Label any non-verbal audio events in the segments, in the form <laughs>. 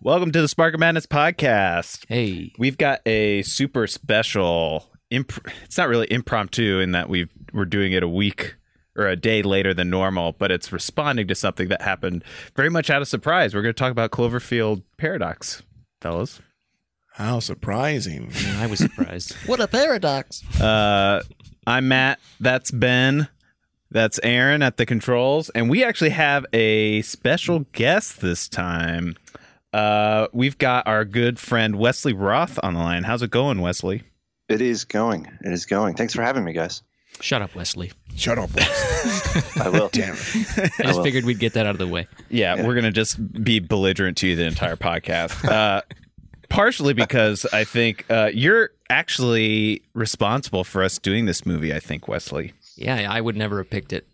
Welcome to the Spark of Madness podcast. Hey. We've got a super special. Imp- it's not really impromptu in that we we're doing it a week or a day later than normal, but it's responding to something that happened very much out of surprise. We're going to talk about Cloverfield paradox, fellas. How surprising. Man, I was <laughs> surprised. What a paradox. Uh, I'm Matt. That's Ben. That's Aaron at the controls, and we actually have a special guest this time. Uh, we've got our good friend Wesley Roth on the line. How's it going, Wesley? It is going. It is going. Thanks for having me, guys. Shut up, Wesley. Shut up, <laughs> Wes. <laughs> I will. Damn it. I <laughs> Oh, just well. figured we'd get that out of the way. Yeah, we're gonna just be belligerent to you the entire podcast. Uh, partially because I think uh, you're actually responsible for us doing this movie. I think Wesley. Yeah, I would never have picked it.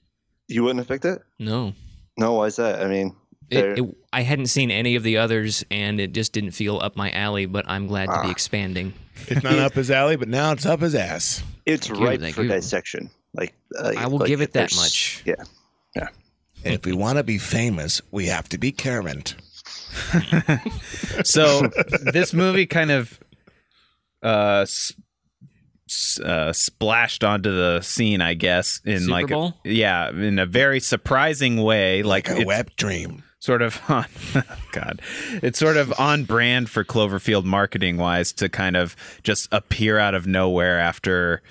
You wouldn't have picked it? No. No, why is that? I mean, there- It, it, I hadn't seen any of the others, and it just didn't feel up my alley, but I'm glad to be Ah. expanding. It's not up his alley, but now it's up his ass. it's you, ripe thank for you. dissection. Like, like- I will like give it that there's- much. Yeah. And if we want to be famous, we have to be current. So this movie kind of uh, s- s- uh, splashed onto the scene, I guess, in Super like a- Bowl? yeah, in a very surprising way. Like, Like a it's wet dream. sort of on <laughs> oh, God, it's sort of on brand for Cloverfield marketing wise to kind of just appear out of nowhere after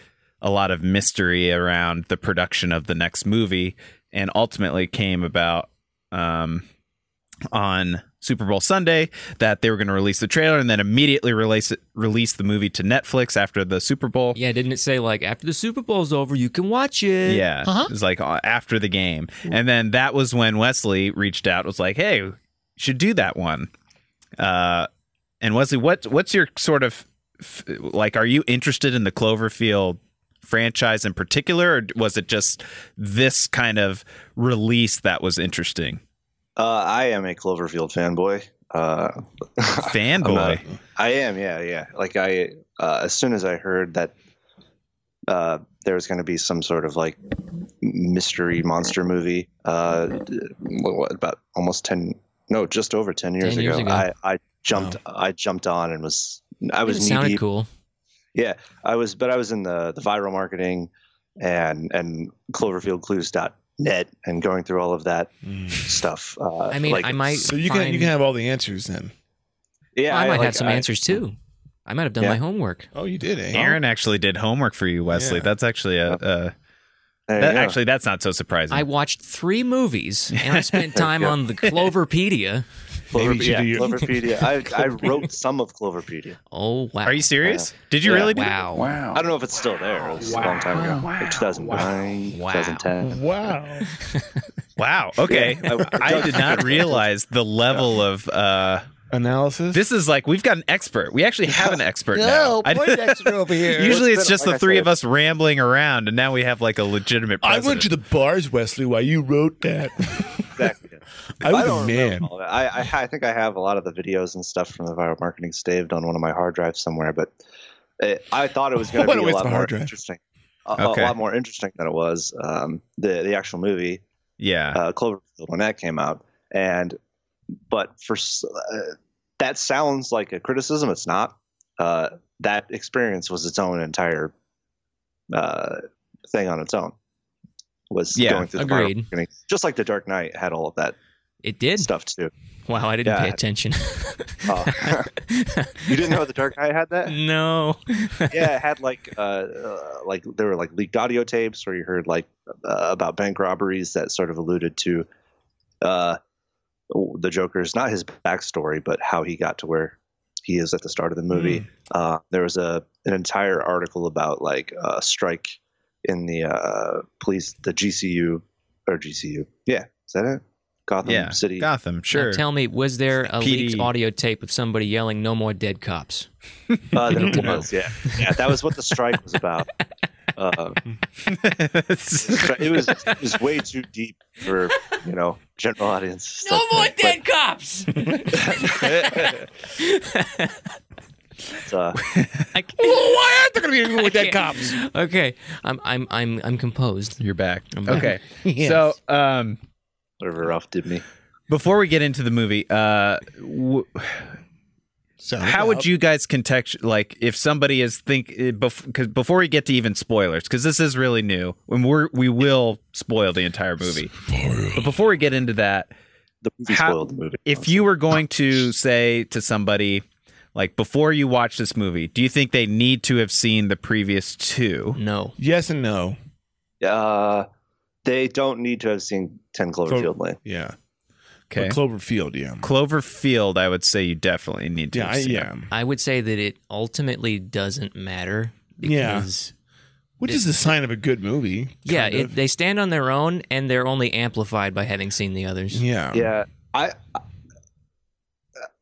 a lot of mystery around the production of the next movie, and ultimately came about. Um, on Super Bowl Sunday that they were going to release the trailer and then immediately release it, release the movie to Netflix after the Super Bowl. Yeah, didn't it say, like, after the Super Bowl's over, you can watch it? Yeah, Uh-huh. it was like uh, after the game, and then that was when Wesley reached out, was like, "Hey, you should do that one." Uh, and Wesley, what what's your sort of f- like? Are you interested in the Cloverfield franchise in particular, or was it just this kind of release that was interesting? Uh, I am a Cloverfield fanboy. Uh, <laughs> Fanboy, I am, yeah, yeah. Like I, uh, as soon as I heard that uh, there was going to be some sort of like mystery monster movie, uh, what, what, about almost ten, no, just over ten years, 10 years ago, ago. I, I jumped, I jumped on and was, I it was knee sounded deep. cool. Yeah, I was, but I was in the the viral marketing and and CloverfieldClues.net and going through all of that stuff. Uh, I mean, like- I might. So you find, can you can have all the answers then. yeah, I might like, have some I- answers too. I might have done Yeah. my homework. Oh, you did, eh? Aaron actually did homework for you, Wesley. Yeah. That's actually a. a there you that, go. actually, that's not so surprising. I watched three movies, and I <laughs> spent time Yeah. on the Cloverpedia. Maybe you Cloverpedia. should yeah, do your- Cloverpedia. <laughs> I, I wrote some of Cloverpedia. Oh, wow. Are you serious? Did you really? do that? Wow. I don't know if it's still there. It was a long time ago, like 2009, Wow. 2010. Wow. Wow. Okay. Yeah. I did <laughs> <laughs> not realize the level of uh Analysis. this is like we've got an expert. We actually have an expert now. No, <laughs> I- point extra over here. usually it's It's been- just like the I three said, of us rambling around and now we have like a legitimate I president. went to the bars, Wesley, while you <laughs> wrote that. Exactly. I was a don't remember man. all that. I, I I think I have a lot of the videos and stuff from the viral marketing staved on one of my hard drives somewhere, but it, I thought it <laughs> was going What to a be a waste lot of a more hard drive. interesting. A, Okay. a lot more interesting than it was. Um, the the actual movie Ah. Yeah. uh, Cloverfield when that came out, and but for s- uh, that sounds like a criticism. It's not. Uh, that experience was its own entire uh, thing on its own. Was Yeah, going through the agreed. viral marketing. just like the Dark Knight had all of that It did? stuff too. Wow, I didn't pay Yeah. attention. <laughs> Oh. You didn't know the Dark Knight <laughs> had that? no. yeah, it had like uh, uh, like there were like leaked audio tapes where you heard like uh, about bank robberies that sort of alluded to uh, the Joker's not his backstory, but how he got to where he is at the start of the Hmm. movie. Uh, there was a an entire article about like a strike in the uh, police, the GCU or GCU. Yeah, is that it? Gotham yeah. City. Gotham, Now sure. <laughs> tell me, was there a PD. leaked audio tape of somebody yelling "No more dead cops"? Uh, there Need to know. was, yeah, yeah. That was what the strike <laughs> was about. Uh, it was it was way too deep for you know general audience. stuff, but- cops. but, uh, <laughs> I <laughs> can't- Why aren't they going to be even with I can't. that cops? okay, I'm I'm I'm I'm composed. You're back. I'm back. Okay. So um whatever Ralph did me. Before we get into the movie, uh, w- Sound how would about- you guys context like if somebody is think because before we get to even spoilers because this is really new and we're we will spoil the entire movie. But before we get into that, The movie How- spoiled the movie. if you were going to say to somebody like before you watch this movie, do you think they need to have seen the previous two? No. Yes and no. uh, they don't need to have seen Ten Cloverfield Lane. Yeah. But Okay. Cloverfield. Yeah. Cloverfield, I would say you definitely need to. Yeah. have I, seen. yeah. I would say that it ultimately doesn't matter Yeah. because Which is the sign of a good movie. yeah, kind it, of. they stand on their own and they're only amplified by having seen the others. yeah. Yeah, I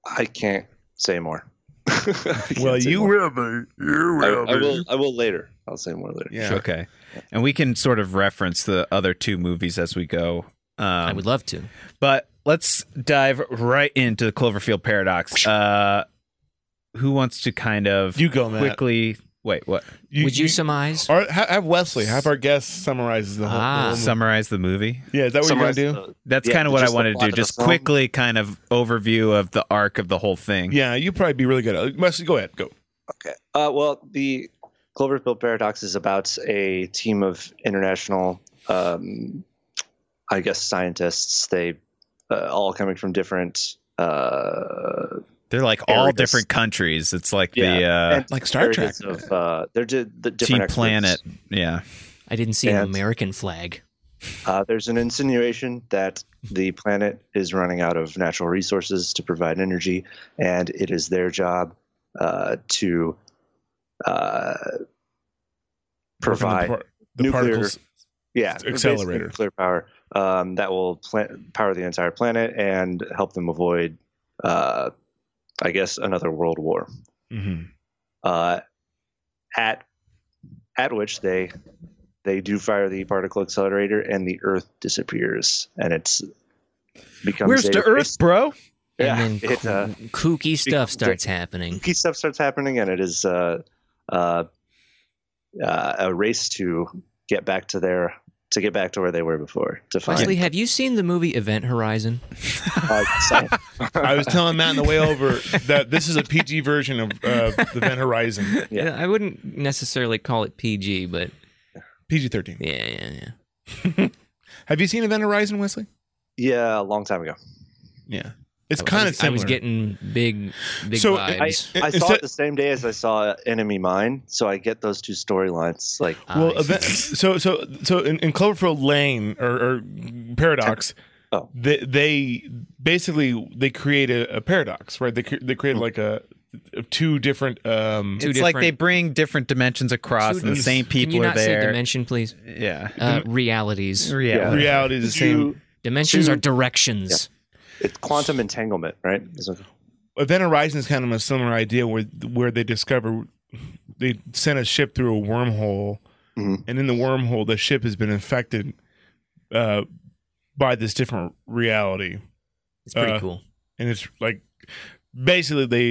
I can't say more. <laughs> I can't Well, say you will more. be. You I, I will. I will later. I'll say more later. Yeah. Okay. And we can sort of reference the other two movies as we go. Um, I would love to. but let's dive right into the Cloverfield paradox. Uh, who wants to kind of You go, Matt. quickly? Wait, what? would you, surmise? or ha- have Wesley have our guest summarizes the whole. Ah. the whole movie. Summarize the movie. yeah, is that what Summarize you're gonna the- That's Yeah, kind of what I just the wanted to plot do. of the Just film. quickly, kind of overview of the arc of the whole thing. do? Yeah, you'd probably be really good. at it. Wesley, go ahead. Go. Okay. Uh, well, the Cloverfield paradox is about a team of international, um, I guess, scientists. They uh, all coming from different. Uh, They're like all Areas. different countries. It's like the Yeah. uh, And Like Star Trek. areas Of, uh, they're di- the different Team experts. Planet. Yeah. I didn't see Yeah. an American flag. Uh, there's an insinuation that the planet is running out of natural resources to provide energy, and it is their job uh, to uh, Working the provide par- the nuclear- particles. yeah accelerator. basically nuclear power um, that will pla- power the entire planet and help them avoid, uh, I guess, another world war. Mhm. Uh, at at which they they do fire the particle accelerator and the Earth disappears and it's becomes Where's a- the Earth, bro? Yeah, and then <laughs> it, coo- uh, kooky stuff starts happening. kooky stuff starts happening, and it is uh, uh, uh, a race to get back to their to get back to where they were before to find. Wesley, have you seen the movie Event Horizon? uh, sci- <laughs> I was telling Matt on the way over that this is a PG version of uh, the Van Horizon. <laughs> Yeah. I wouldn't necessarily call it PG, but PG thirteen. yeah, yeah, yeah. Have you seen Event Horizon, Wesley? yeah, a long time ago. Yeah, it's I kind of was- similar. I was getting big, big So, I- I, vibes. I saw Instead- it the same day as I saw Enemy Mine, so I get those two storylines. Like, well, I see. <laughs> event, so so so in, in Cloverfield Lane or, or Paradox, Oh. they, they basically they create a, a paradox, right? They cre- they create like a, two different. Um, Two it's like different- they bring different dimensions across, Two and the dis- same Can you people are not say there. dimension, please? Yeah. Uh, realities. Yeah. reality is the same. two- Dimensions Two- are directions. it's quantum entanglement, right? So- Event Horizon is kind of a similar idea where where they discover they sent a ship through a wormhole, Mhm. and in the wormhole, the ship has been infected uh, by this different reality, It's pretty Uh, cool. and it's like basically they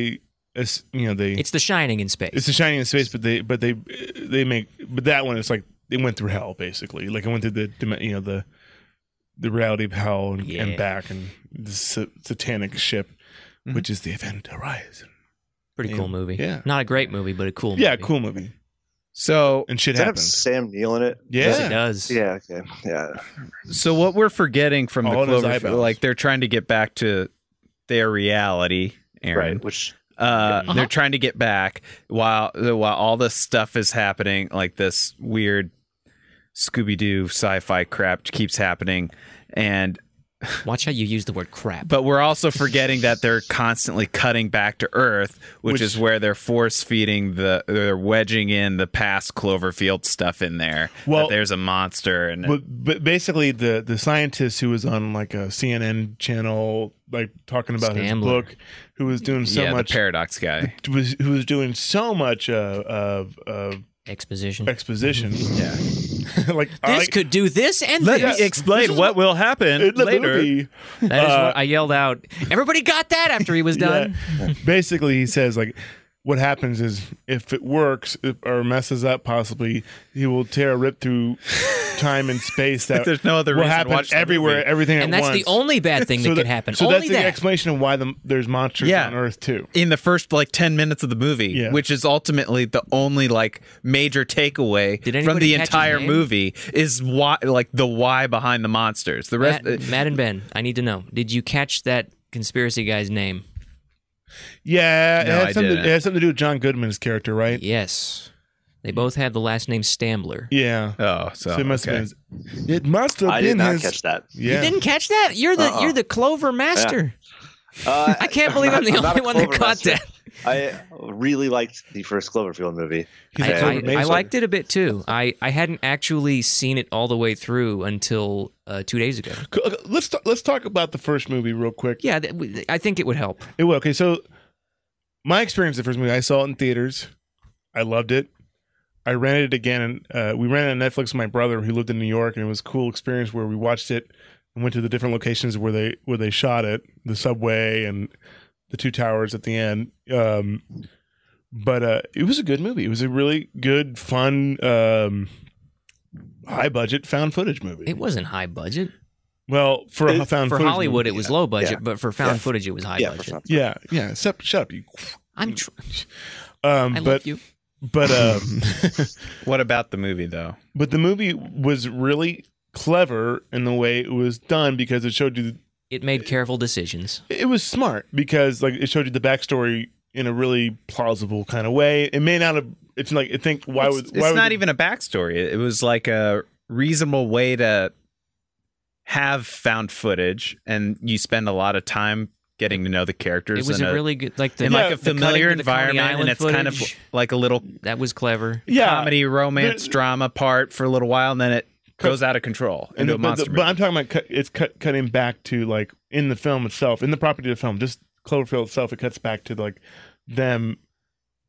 it's- you know they It's The Shining in space. it's the shining in space but they but they they make but that one it's like it went through hell basically like it went through the dim- you know the the reality of hell and, Yeah. and back and the sa- satanic ship Mhm. which is the event horizon pretty yeah, cool movie. yeah. Not a great movie, but a cool movie. yeah cool movie So and shit Does that have happens Sam Neill in it? Yes, it yeah does. Yeah. Okay. Yeah. So what we're forgetting from the All in his Cloverfield, eyeballs. like they're trying to get back to their reality, Aaron. Right. Which Uh, Uh-huh. They're trying to get back while while all this stuff is happening, like this weird Scooby Doo sci-fi crap keeps happening, and Watch how you use the word crap. but we're also forgetting that they're constantly cutting back to Earth, which, Which- is where they're force feeding the they're wedging in the past Cloverfield stuff in there. Well- that there's a monster and but, but basically the the scientist who was on like a cnn channel like talking about Stamler. his book who was doing so yeah, much the paradox guy. was who was doing so much uh, of of Exposition. exposition Yeah. <laughs> like this I, could do this and Let this. me explain what will happen in the later. movie, that is uh, what I yelled out. Everybody got that after he was <laughs> Yeah. done. basically he says like what happens is if it works if- or messes up, possibly he will tear a rip through time <laughs> and space that There's no other will reason to happen watch the everywhere, movie. everything and at that's once. the only bad thing that could that- happen. So only that's the that. explanation of why the, there's monsters Yeah. on Earth too. in the first like 10 minutes of the movie Yeah. which is ultimately the only like major takeaway Did from the anybody catch his entire name? movie is why like the why behind the monsters the rest Matt, Matt and Ben, I need to know. Did you catch that conspiracy guy's name? Yeah, No, it, I had something, it didn't. had something to do with John Goodman's character, right? Yes. They both had the last name Stambler. Yeah, oh so, so, it must okay. have been. His, it must have I been did not his. catch that. Yeah, You didn't catch that? You're the Uh-uh. you're the Clover master. Uh, <laughs> I can't believe I'm the not only a one that Clover caught master. that. I really liked the first Cloverfield movie. He's I, a clever I, I mason. liked it a bit too. I, I hadn't actually seen it all the way through until uh, two days ago. Cool, okay, Let's talk, let's talk about the first movie real quick. Yeah, th- we- I think it would help. It will. Okay, so my experience with the first movie, I saw it in theaters. I loved it. I rented it again, and uh, we rented it on Netflix with my brother who lived in New York, and it was a cool experience where we watched it and went to the different locations where they where they shot it, the subway and the two towers at the end. Um, but uh, it was a good movie. It was a really good, fun, um, high budget found footage movie. It wasn't high budget well, for a It- found for footage Hollywood. movie. It was low budget, Yeah. but for found Yeah. footage, it was high yeah, for budget. sure. yeah, yeah. Except, shut up, you. I'm tr- Um, I but love you. but um, what about the movie though but the movie was really clever in the way it was done because it showed you It made careful decisions. it was smart because like it showed you the backstory in a really plausible kind of way. It may not have. It's like I think why it's, would it's why would not even a backstory it was like a reasonable way to have found footage and you spend a lot of time getting to know the characters It was in a really good like the in like Yeah. a the cutting familiar to the Coney environment and Island it's kind of footage. like a little that was clever. yeah comedy romance There- drama part for a little while and then it Co- goes out of control And into the- a but, monster the- movie. but I'm talking about cut, it's cut cutting back to like in the film itself in the property of the film just Cloverfield itself. It cuts back to like them.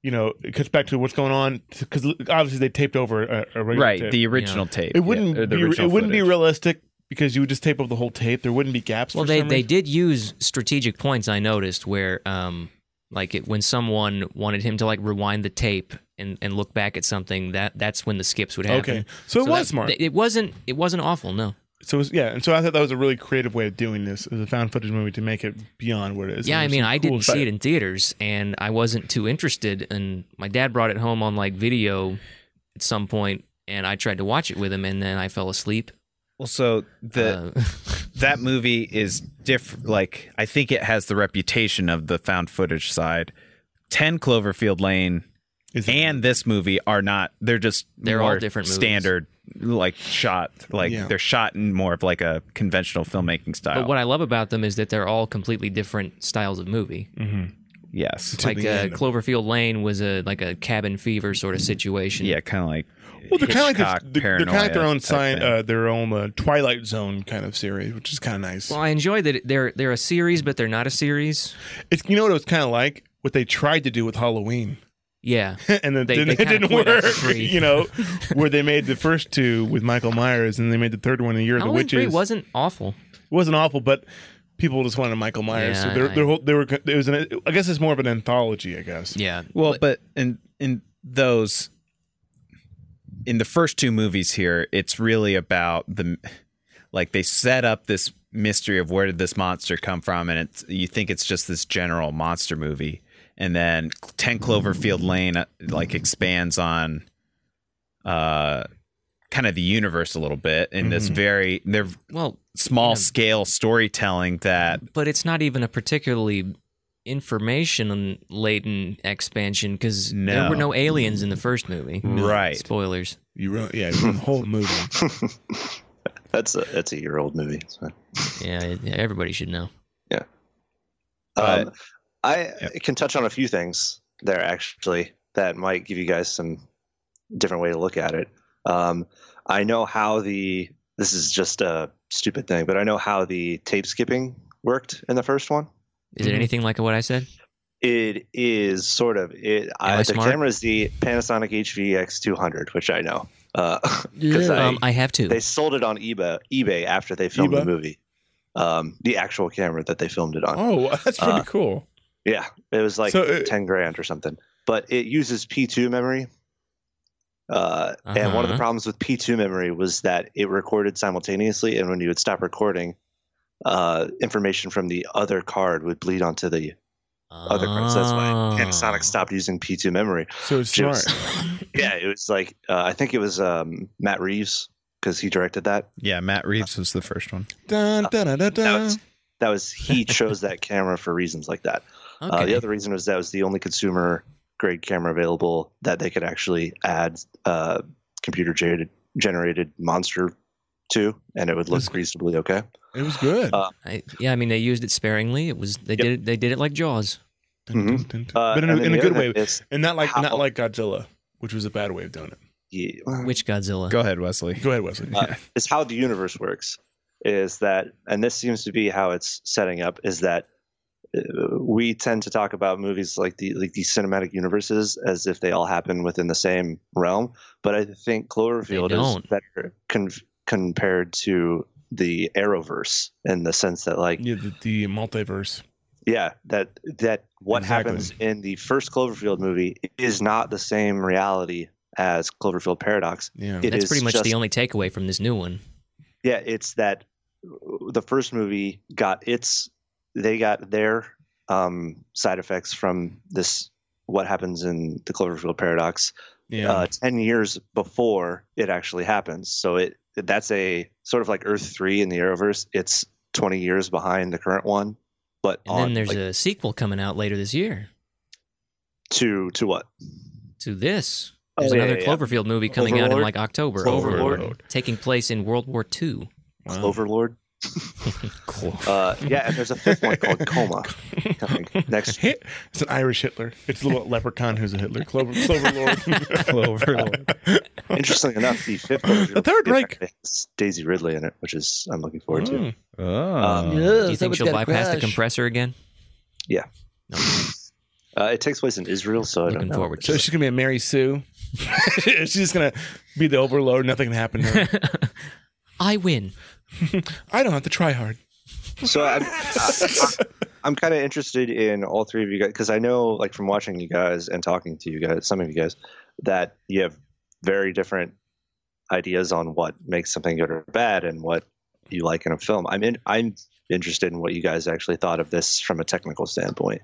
You know, it cuts back to what's going on because obviously they taped over a, a regular right tape. the original tape It wouldn't yeah, or the be, it original wouldn't be footage. realistic because you would just tape up the whole tape. There wouldn't be gaps. Well, for they some they reason. did use strategic points. I noticed where um like it, when someone wanted him to like rewind the tape and and look back at something that that's when the skips would happen. Okay, so, it So was that- smart. It wasn't. It wasn't awful. No. so it was, yeah, and so I thought that was a really creative way of doing this as a found footage movie to make it beyond what it is. yeah, And I there's mean, some I cool didn't stuff. see it in theaters, and I wasn't too interested. And my dad brought it home on like video at some point, and I tried to watch it with him, and then I fell asleep. well so the Uh, <laughs> that movie is different like i think it has the reputation of the found footage side 10 cloverfield lane Is it- and this movie are not they're just They're all more different movies. standard like shot like Yeah. they're shot in more of like a conventional filmmaking style but what I love about them is that they're all completely different styles of movie. yes To like the uh, end. Cloverfield Lane was a like a cabin fever sort of situation. yeah kind of like well, they're kind of Hitchcock like this- they're, kind of like their paranoia own type sign, thing. uh, their own uh, Twilight Zone kind of series, which is kind of nice. Well, I enjoy that it- they're they're a series, but they're not a series. it's you know what it was kind of like what they tried to do with Halloween, <laughs> Yeah. and then They- didn't, they it kinda didn't point out work. the three. <laughs> You know, where they made the first two with Michael Myers, and they made the third one the Year of the Halloween Witches. three wasn't awful. It wasn't awful, but people just wanted Michael Myers. Yeah, so they're, I- they're, whole- they were. It was an. I guess it's more of an anthology. I guess. Yeah. Well, but in in those in the first two movies here, it's really about the like they set up this mystery of where did this monster come from, and it's you think it's just this general monster movie, and then Ten Cloverfield Lane uh, like expands on uh kind of the universe a little bit in this Mhm. very they're Well, small Yeah. scale storytelling that but it's not even a particularly information laden expansion because No. there were no aliens in the first movie. right Spoilers. You ruined. Yeah, <laughs> you ruined the whole movie. that's a that's a year old movie. so. Yeah, yeah, everybody should know. But- Um, I Yep. can touch on a few things there actually that might give you guys some different way to look at it. Um, I know how the this is just a stupid thing, but I know how the tape skipping worked in the first one. Is it anything like what I said? It is sort of it. Am I I, the smart? camera is the Panasonic HVX 200, which I know because I, um, I have two. <laughs> they sold it on eBay eBay after they filmed eBay? the movie. Um, the actual camera that they filmed it on. Oh, <laughs> that's pretty Uh, cool. Yeah, it was like So, uh, ten grand or something. but it uses P2 memory. Uh, And one of the Uh-huh. problems with P2 memory was that it recorded simultaneously, and when you would stop recording, uh, information from the other card would bleed onto the Uh-huh. other cards. That's why Oh. Panasonic stopped using P2 memory. So it's Which smart. was- yeah, it was like uh, I think it was um, Matt Reeves because he directed that. Yeah, Matt Reeves was the first one. Dun, Uh, dun, dun, dun, That dun. was that was he chose that camera for reasons like that. Uh, Okay. the other reason was that was the only consumer grade camera available that they could actually add uh, computer generated generated monster to, and it would look That's- reasonably okay. It was good. Uh, I, yeah, I mean they used it sparingly. It was they did it, they did it like Jaws. Dun, dun, dun, dun. Uh, But in a, and then in a the good other way, thing is, and not like not how- like Godzilla, which was a bad way of doing it. yeah, Which Godzilla? Go ahead, Wesley. Go ahead, Wesley. Uh, is how the universe works is that and this seems to be how it's setting up is that uh, we tend to talk about movies like the like these cinematic universes as if they all happen within the same realm but i think cloverfield is don't. better con- compared to the arrowverse in the sense that like yeah, the, the multiverse. yeah that that what Exactly. happens in the first cloverfield movie is not the same reality as cloverfield paradox Yeah, It That's is pretty much the just- only takeaway from this new one. Yeah, it's that uh, the first movie got its they got their um, side effects from this what happens in the Cloverfield paradox yeah. uh, 10 years before it actually happens. So it that's a sort of like Earth 3 in the Arrowverse. It's 20 years behind the current one, but And on then there's like, a sequel coming out later this year to to what? to this. Oh, There's yeah, another yeah, yeah. Cloverfield movie coming out in Overlord? like October. Cloverlord. Overlord. Taking place in World War II. Wow. Overlord. Clover. Uh, yeah, and there's a fifth one <laughs> called <laughs> Coma coming next. Hit- It's an Irish Hitler. It's a little leprechaun who's a Hitler. Clover, Clover <laughs> Lord. Interestingly enough, <laughs> the fifth The Third Reich. has Daisy Ridley in it, which is I'm looking forward to. Hmm. Mm. Oh. Um, Yeah, Do you think someone's she'll got a bypass the crush. compressor again? Yeah. No, Uh, it takes place in Israel, so I don't looking know. forward So to she's gonna be a Mary Sue. <laughs> she's just gonna be the overlord. Nothing can happen. <laughs> To her. it. I win. I don't have to try hard. <laughs> So I'm, I, I'm kind of interested in all three of you guys because I know, like, from watching you guys and talking to you guys, some of you guys, that you have very different ideas on what makes something good or bad and what you like in a film. I'm in, I'm interested in what you guys actually thought of this from a technical standpoint.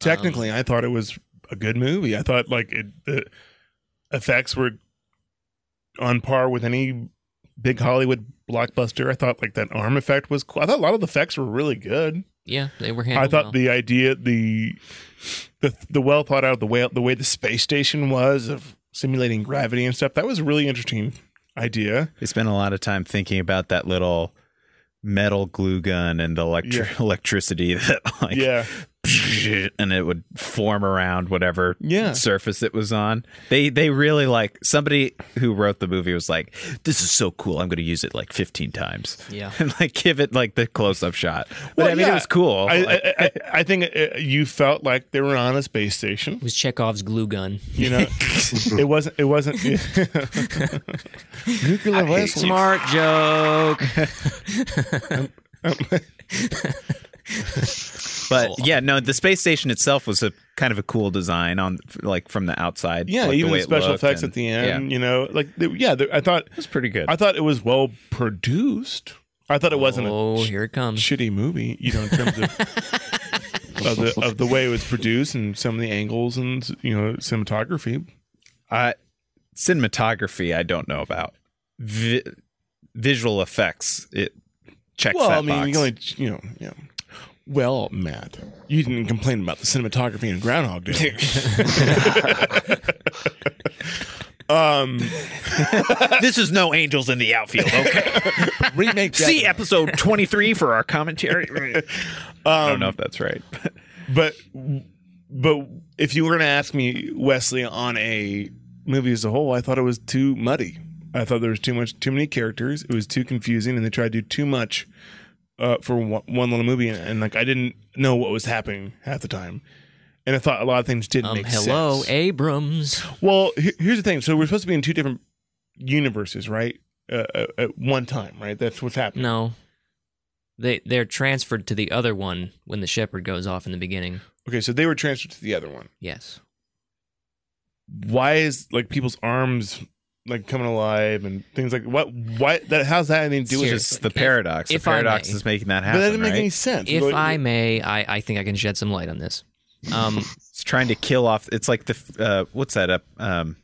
Technically, Um, I thought it was a good movie. I thought like it, the effects were on par with any big Hollywood blockbuster. I thought like that arm effect was cool. I thought a lot of the effects were really good. Yeah, they were I handled thought well. the idea, the the the well thought out, the way the way the space station was of simulating gravity and stuff. That was a really interesting idea. They spent a lot of time thinking about that little metal glue gun and the electri- <laughs> electricity that like <laughs> yeah, and it would form around whatever yeah. surface it was on. They they really like somebody who wrote the movie was like, "This is so cool. I'm going to use it like 15 times." yeah. <laughs> And like give it like the close up shot. But Well, I mean yeah. it was cool. I, Like, I, I, I think uh, you felt like they were on a space station. It was Chekhov's glue gun. <laughs> You know, it wasn't. It wasn't. <laughs> I hate you. Smart joke. but yeah, no, the space station itself was a kind of a cool design on like from the outside. yeah, like, even way the it special looked effects and- at the end. You know, like they, yeah, they, I thought It was pretty good. I thought it was well produced. I thought it wasn't Oh, a sh- here it comes. Mm-hmm. shitty movie. You know, in terms <laughs> of. Of the, of the way it was produced and some of the angles and you know cinematography Uh, cinematography, I don't know about. Vi- visual effects, it checks well, that I mean, box. You, only, you know, yeah. Well, Matt, you didn't complain about the cinematography in Groundhog <laughs> Day. um, <laughs> this is no Angels in the Outfield. Okay, <laughs> remake. Um, see episode twenty three for our <laughs> commentary. I don't know if that's right. <laughs> but but if you were going to ask me, Wesley, on a movie as a whole, I thought it was too muddy. I thought there was too much, too many characters. It was too confusing, and they tried to do too much uh, for one, one little movie. And, and, like, I didn't know what was happening half the time, and I thought a lot of things didn't Um, make hello, sense. Abrams. Well, he- here's the thing. So we're supposed to be in two different universes, right? Uh, uh, at one time, right? That's what's happening. No. They they're transferred to the other one when the shepherd goes off in the beginning. Okay, so they were transferred to the other one. Yes. why is like people's arms like coming alive and things like what? Why that? How's that anything to do with Seriously. this? just the If- paradox. if the I paradox may. is making that But happen. that doesn't make right? any sense. If Like, I may, I, I think I can shed some light on this. Um, <laughs> It's trying to kill off. It's like the f- uh, what's that up? Um,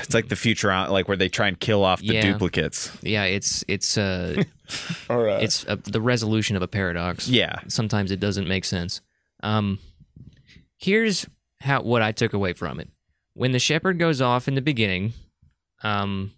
it's like the future, uh, like where they try and kill off the Yeah. duplicates. yeah, it's it's uh, or, uh, it's uh the resolution of a paradox. Yeah, sometimes it doesn't make sense. Um, here's how what I took away from it. When the shepherd goes off in the beginning, um,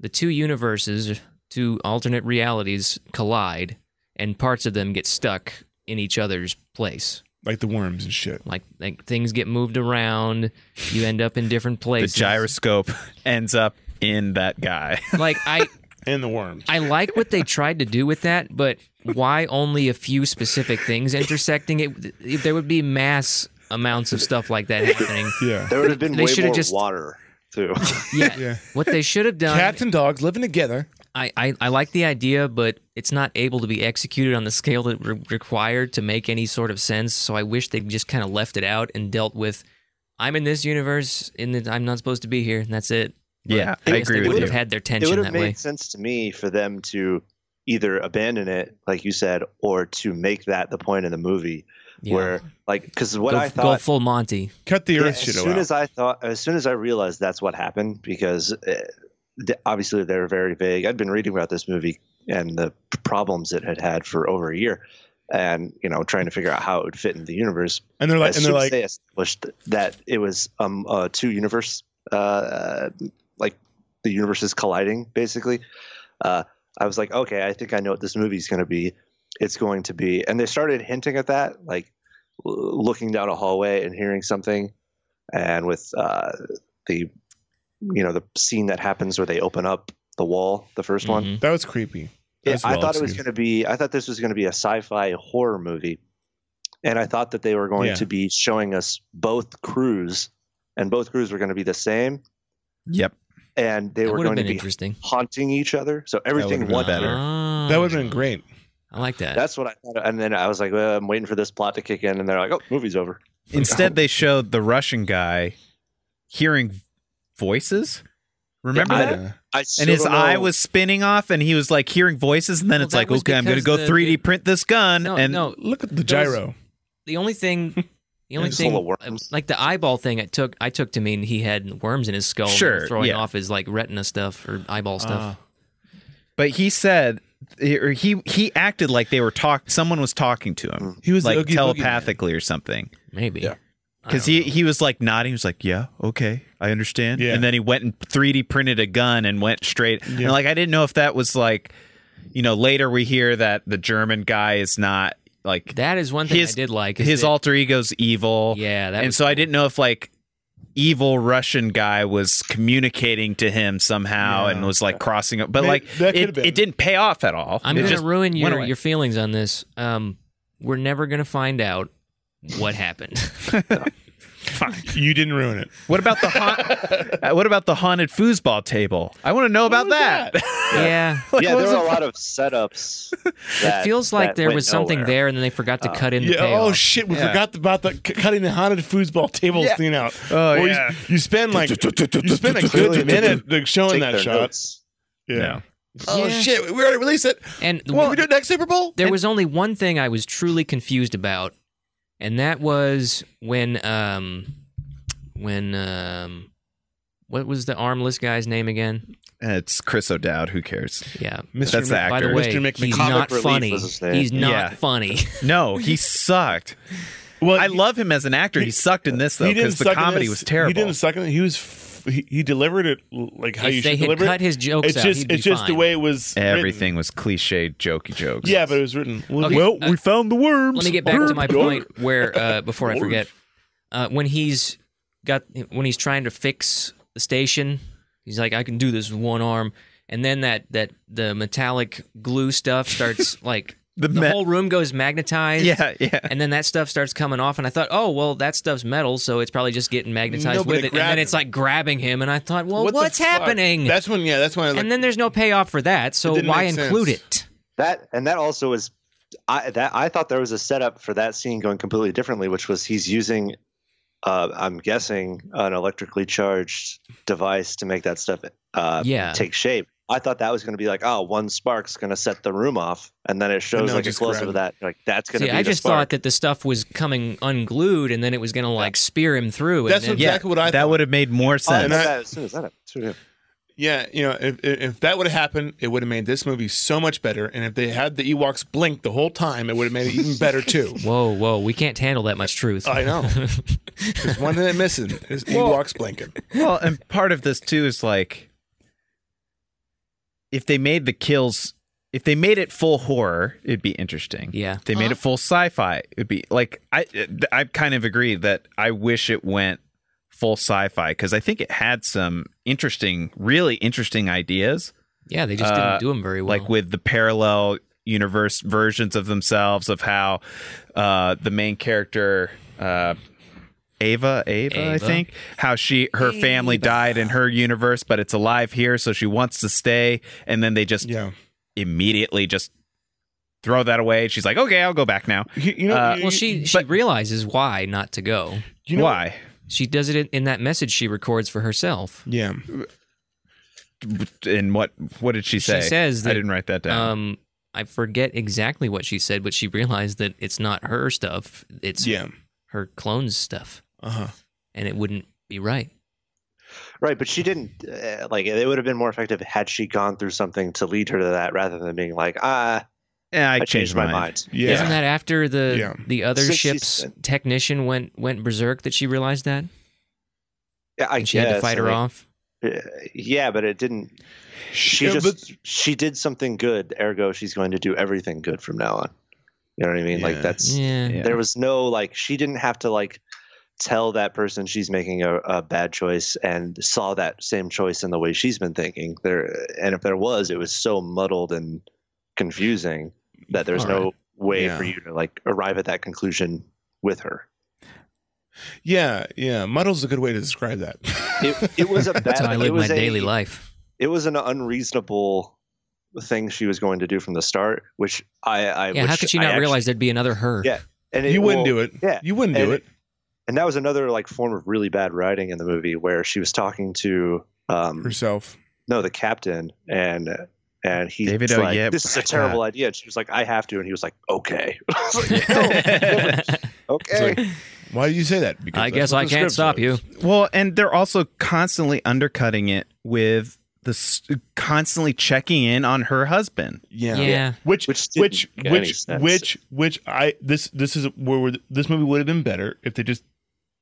the two universes, two alternate realities collide, and parts of them get stuck in each other's place. like the worms and shit. Like, like things get moved around, you end up in different the places. gyroscope <laughs> ends up in that guy. Like I, And the worms. I like what they tried to do with that, but why only a few specific things intersecting it? If there would be mass amounts of stuff like that happening. Yeah. There would have been They way should've more just- water too. Yeah. Yeah. What they should have done, Cats and dogs living together. I, I, I like the idea, but it's not able to be executed on the scale that re- required to make any sort of sense. So I wish they just kind of left it out and dealt with, I'm in this universe, and then I'm not supposed to be here, and that's it. But Yeah, I, I guess agree they with would have you. had their it tension would have that made way. sense to me for them to either abandon it, like you said, or to make that the point in the movie Yeah. where, like, because what go, I go thought. full Monty. Cut the Yeah, earth as shit soon out. as I thought, as soon as I realized that's what happened, because uh, th- obviously they were very vague. I'd been reading about this movie and the problems it had had for over a year, and you know, trying to figure out how it would fit in the universe. and they're like, as and soon they're as like, they established that it was um uh, two universe uh like the universe is colliding basically, uh, I was like, okay, I think I know what this movie's going to be. It's going to be, and they started hinting at that, like l- looking down a hallway and hearing something, and with uh, the you know the scene that happens where they open up the wall, the 1st one. Mhm. that was creepy. Yeah, That's I well thought it was executed. going to be. I thought this was going to be a sci-fi horror movie, and I thought that they were going Yeah. to be showing us both crews, and both crews were going to be the same, Yep, and they That were would have going to been be interesting. haunting each other. So would've everything been one better. That would have been great. I like that. That's what I thought. And then I was like, well, I'm waiting for this plot to kick in, and they're like, oh, movie's over. Instead, they showed the Russian guy hearing voices. Remember Yeah, I- that? Yeah. I still And his don't know- eye was spinning off, and he was like hearing voices, and then Well, it's that like, was okay, I'm going to because go the- 3D print this gun, no, and no. Look at the There was- gyro. The <laughs> only thing, the only It's thing, um, full of worms. like the eyeball thing, I took I took to mean he had worms in his skull, and they were Sure, throwing yeah. Uh, off his like retina stuff or eyeball stuff. but he said, or he he acted like they were talk. Someone was talking to him, Uh, He was the like Oogie Boogie Man. telepathically or something. Maybe Yeah. I Because don't he, know. he was like nodding. He was like, yeah, okay, I understand. Yeah. And then he went and 3D printed a gun and went straight. Yeah. And like, I didn't know if that was like, you know, later we hear that the German guy is not like that is one thing his- I did like. Is his that- alter ego's evil. yeah, that And was, so I didn't know if like evil Russian guy was communicating to him somehow Yeah. and was like crossing up. But May- like, that could've it, been. it didn't pay off at all. I'm It gonna just- ruin went your away. your feelings on this. Um, we're never gonna find out what happened. You didn't ruin it. what about the <laughs> haunt, uh, what about the haunted foosball table? I want to know about that. yeah, <laughs> Like, Yeah, what there was <laughs> were a it- lot of setups. it that- feels like that there went was something nowhere. there, and then they forgot to cut in the Yeah. Oh payoff. shit! We Yeah. forgot about the c- cutting the haunted foosball table Yeah. thing out. Oh, Well, you- yeah. You, spend like you spend a Really good minute like, showing Take that their shot. notes. Yeah. Oh Yeah. shit! We already released it. and What we do next Super Bowl? there was only one thing I was truly confused about, and that was when um when um what was the armless guy's name again? It's Chris O'Dowd. Who cares? Yeah. Mr. That's the Mc- actor. By the way, Mr. Mc- he's Comic not Relief funny. was his name. He's not Yeah. funny. <laughs> No, he sucked. Well, I he- love him as an actor. He sucked in this though he didn't because the suck in comedy this. was terrible. He didn't suck in it. He was f- he, he delivered it l- like how you if they should had deliver cut it. his jokes It's out, just he'd be it's just the fine. way it was. written. Everything was cliched, jokey jokes. Yeah, but it was written. Well, Okay, well, uh, we found the worms. Let me get back to my Worm. point where <laughs> uh, before I forget, uh, when he's got when he's trying to fix the station, he's like, I can do this with one arm, and then that that the metallic glue stuff <laughs> starts like the, the me- whole room goes <laughs> magnetized. yeah, yeah. and then that stuff starts coming off and i thought oh well that stuff's metal so it's probably just getting magnetized No, but with it, it and then grabbed it's him. like grabbing him and i thought well What the what's fuck? happening That's when yeah. That's when I was like, and then there's no payoff for that so It didn't why make sense. include it That and that also was I that I thought there was a setup for that scene going completely differently, which was he's using uh, I'm guessing an electrically charged device to make that stuff uh, Yeah. take shape. I thought that was going to be like, oh, one spark's going to set the room off, and then it And shows they'll like a just close grab up of that. Like that's going to See, be. I the just spark. thought that the stuff was coming unglued, and then it was gonna like spear him through. That's and then, what- exactly I that thought. Uh, would have made more Oh, sense. And I- that- as soon as that happened, as soon as- Yeah, you know, if, if if that would have happened, it would have made this movie so much better. And if they had the Ewoks blink the whole time, it would have made it even better too. <laughs> Whoa, whoa, we can't handle that much truth. <laughs> I know. There's one thing I'm missing is Ewoks blinking. well, and part of this too is like if they made the kills, if they made it full horror, it'd be interesting. <laughs> yeah. If they made it full sci-fi, it'd be like I I kind of agree that I wish it went full sci-fi cuz I think it had some interesting, really interesting ideas Yeah, they just Uh, didn't do them very well. like Uh-huh. with the parallel universe versions of themselves of how uh, the main character uh, Ava, Ava, I Ava. think, how she her family died in her universe, but it's alive here, so she wants to stay, and then they just Yeah, immediately just throw that away. She's like, okay, I'll go back now. you, you know, Uh, you- well, she she realizes why not to go. you know- Why? She does it in, in that message she records for herself. Yeah, And what what did she say? She says I that didn't write that down. um I forget exactly what she said, but she realized that it's not her stuff. It's yeah, her clone's stuff, uh huh. and it wouldn't be right. Right, but she didn't uh, like it would have been more effective had she gone through something to lead her to that rather than being like, ah, Eh, I, I, changed my mind. Yeah, Isn't that after the Yeah. the other So she ship's said- technician went went berserk that she realized that Yeah, I and she had to guess, fight I her mean, off? uh, Yeah, but it didn't. She Yeah, just she did something good. Ergo, she's going to do everything good from now on. You know what I mean? Yeah. Like that's Yeah. Yeah. there was no like she didn't have to like tell that person she's making a, a bad choice and saw that same choice in the way she's been thinking there and if there was it was so muddled and confusing that there's All no way Yeah. for you to like arrive at that conclusion with her yeah, yeah. Muddle's a good way to describe that. it, <laughs> it was a bad That's how I it live my was a- daily life. it was an unreasonable thing she was going to do from the start which i i Yeah, how which could she I not actually- realize there'd be another her? <laughs> Yeah. <laughs> and you wouldn't well, do it. yeah, you wouldn't do and- it. and that was another like form of really bad writing in the movie where she was talking to um herself. no the captain and and he's David like Oyelowo. this is a terrible idea and she was like i have to and he was like okay <laughs> I was like, It's okay <laughs> like, why do you say that? Because I that's guess what I the can't script stop says. you. Well, and they're also constantly undercutting it with the s constantly checking in on her husband. Yeah. Yeah. Which Which which which didn't make any which sense. which which I this this is where we're, this movie would have been better if they just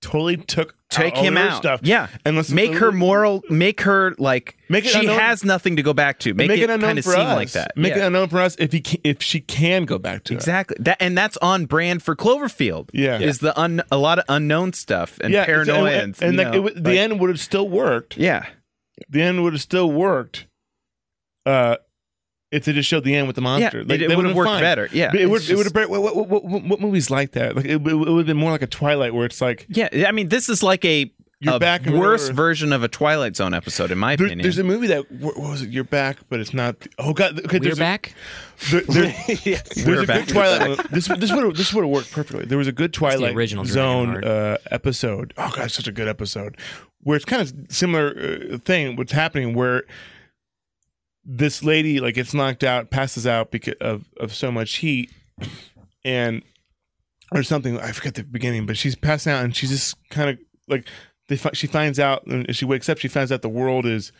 totally took Take Uh, all him her out. stuff Yeah. and let's Make her moral, make her like Make it she unknown- has nothing to go back to. Make, make it, it unknown kind of for seem us. like that. Make Yeah. it unknown for us if he can, if she can go back to it. exactly. That and that's on brand for Cloverfield. Yeah. Is the un, a lot of unknown stuff and yeah, it's- paranoia and, and, you like, know, it, would- the like- end would have still worked. Yeah. The end would have still worked. Uh, if they just showed the end with the Yeah. monster, like, it that would have been worked fine. better. Yeah. But it It's would it would just- have what, what, what, what, what movies like that? Like it, would- it would have been more like a Twilight where it's like Yeah. I mean, this is like a, you're a back in worse Earth. version of a Twilight Zone episode, in my There- opinion. there's a movie that what what was it? You're back, but it's not. Oh God, okay, We're there's back. A, there, there- yeah. there's We're a back. good Twilight. this this would this would have worked perfectly. There was a good Twilight original Zone Dragonheart. uh, episode. Oh God, such a good episode where it's kind of similar uh, thing. What's happening where this lady like gets knocked out, passes out because of of so much heat, and or something. I forget the beginning, but she's passing out and she's just kind of like they. fi- She finds out and as she wakes up. She finds out the world is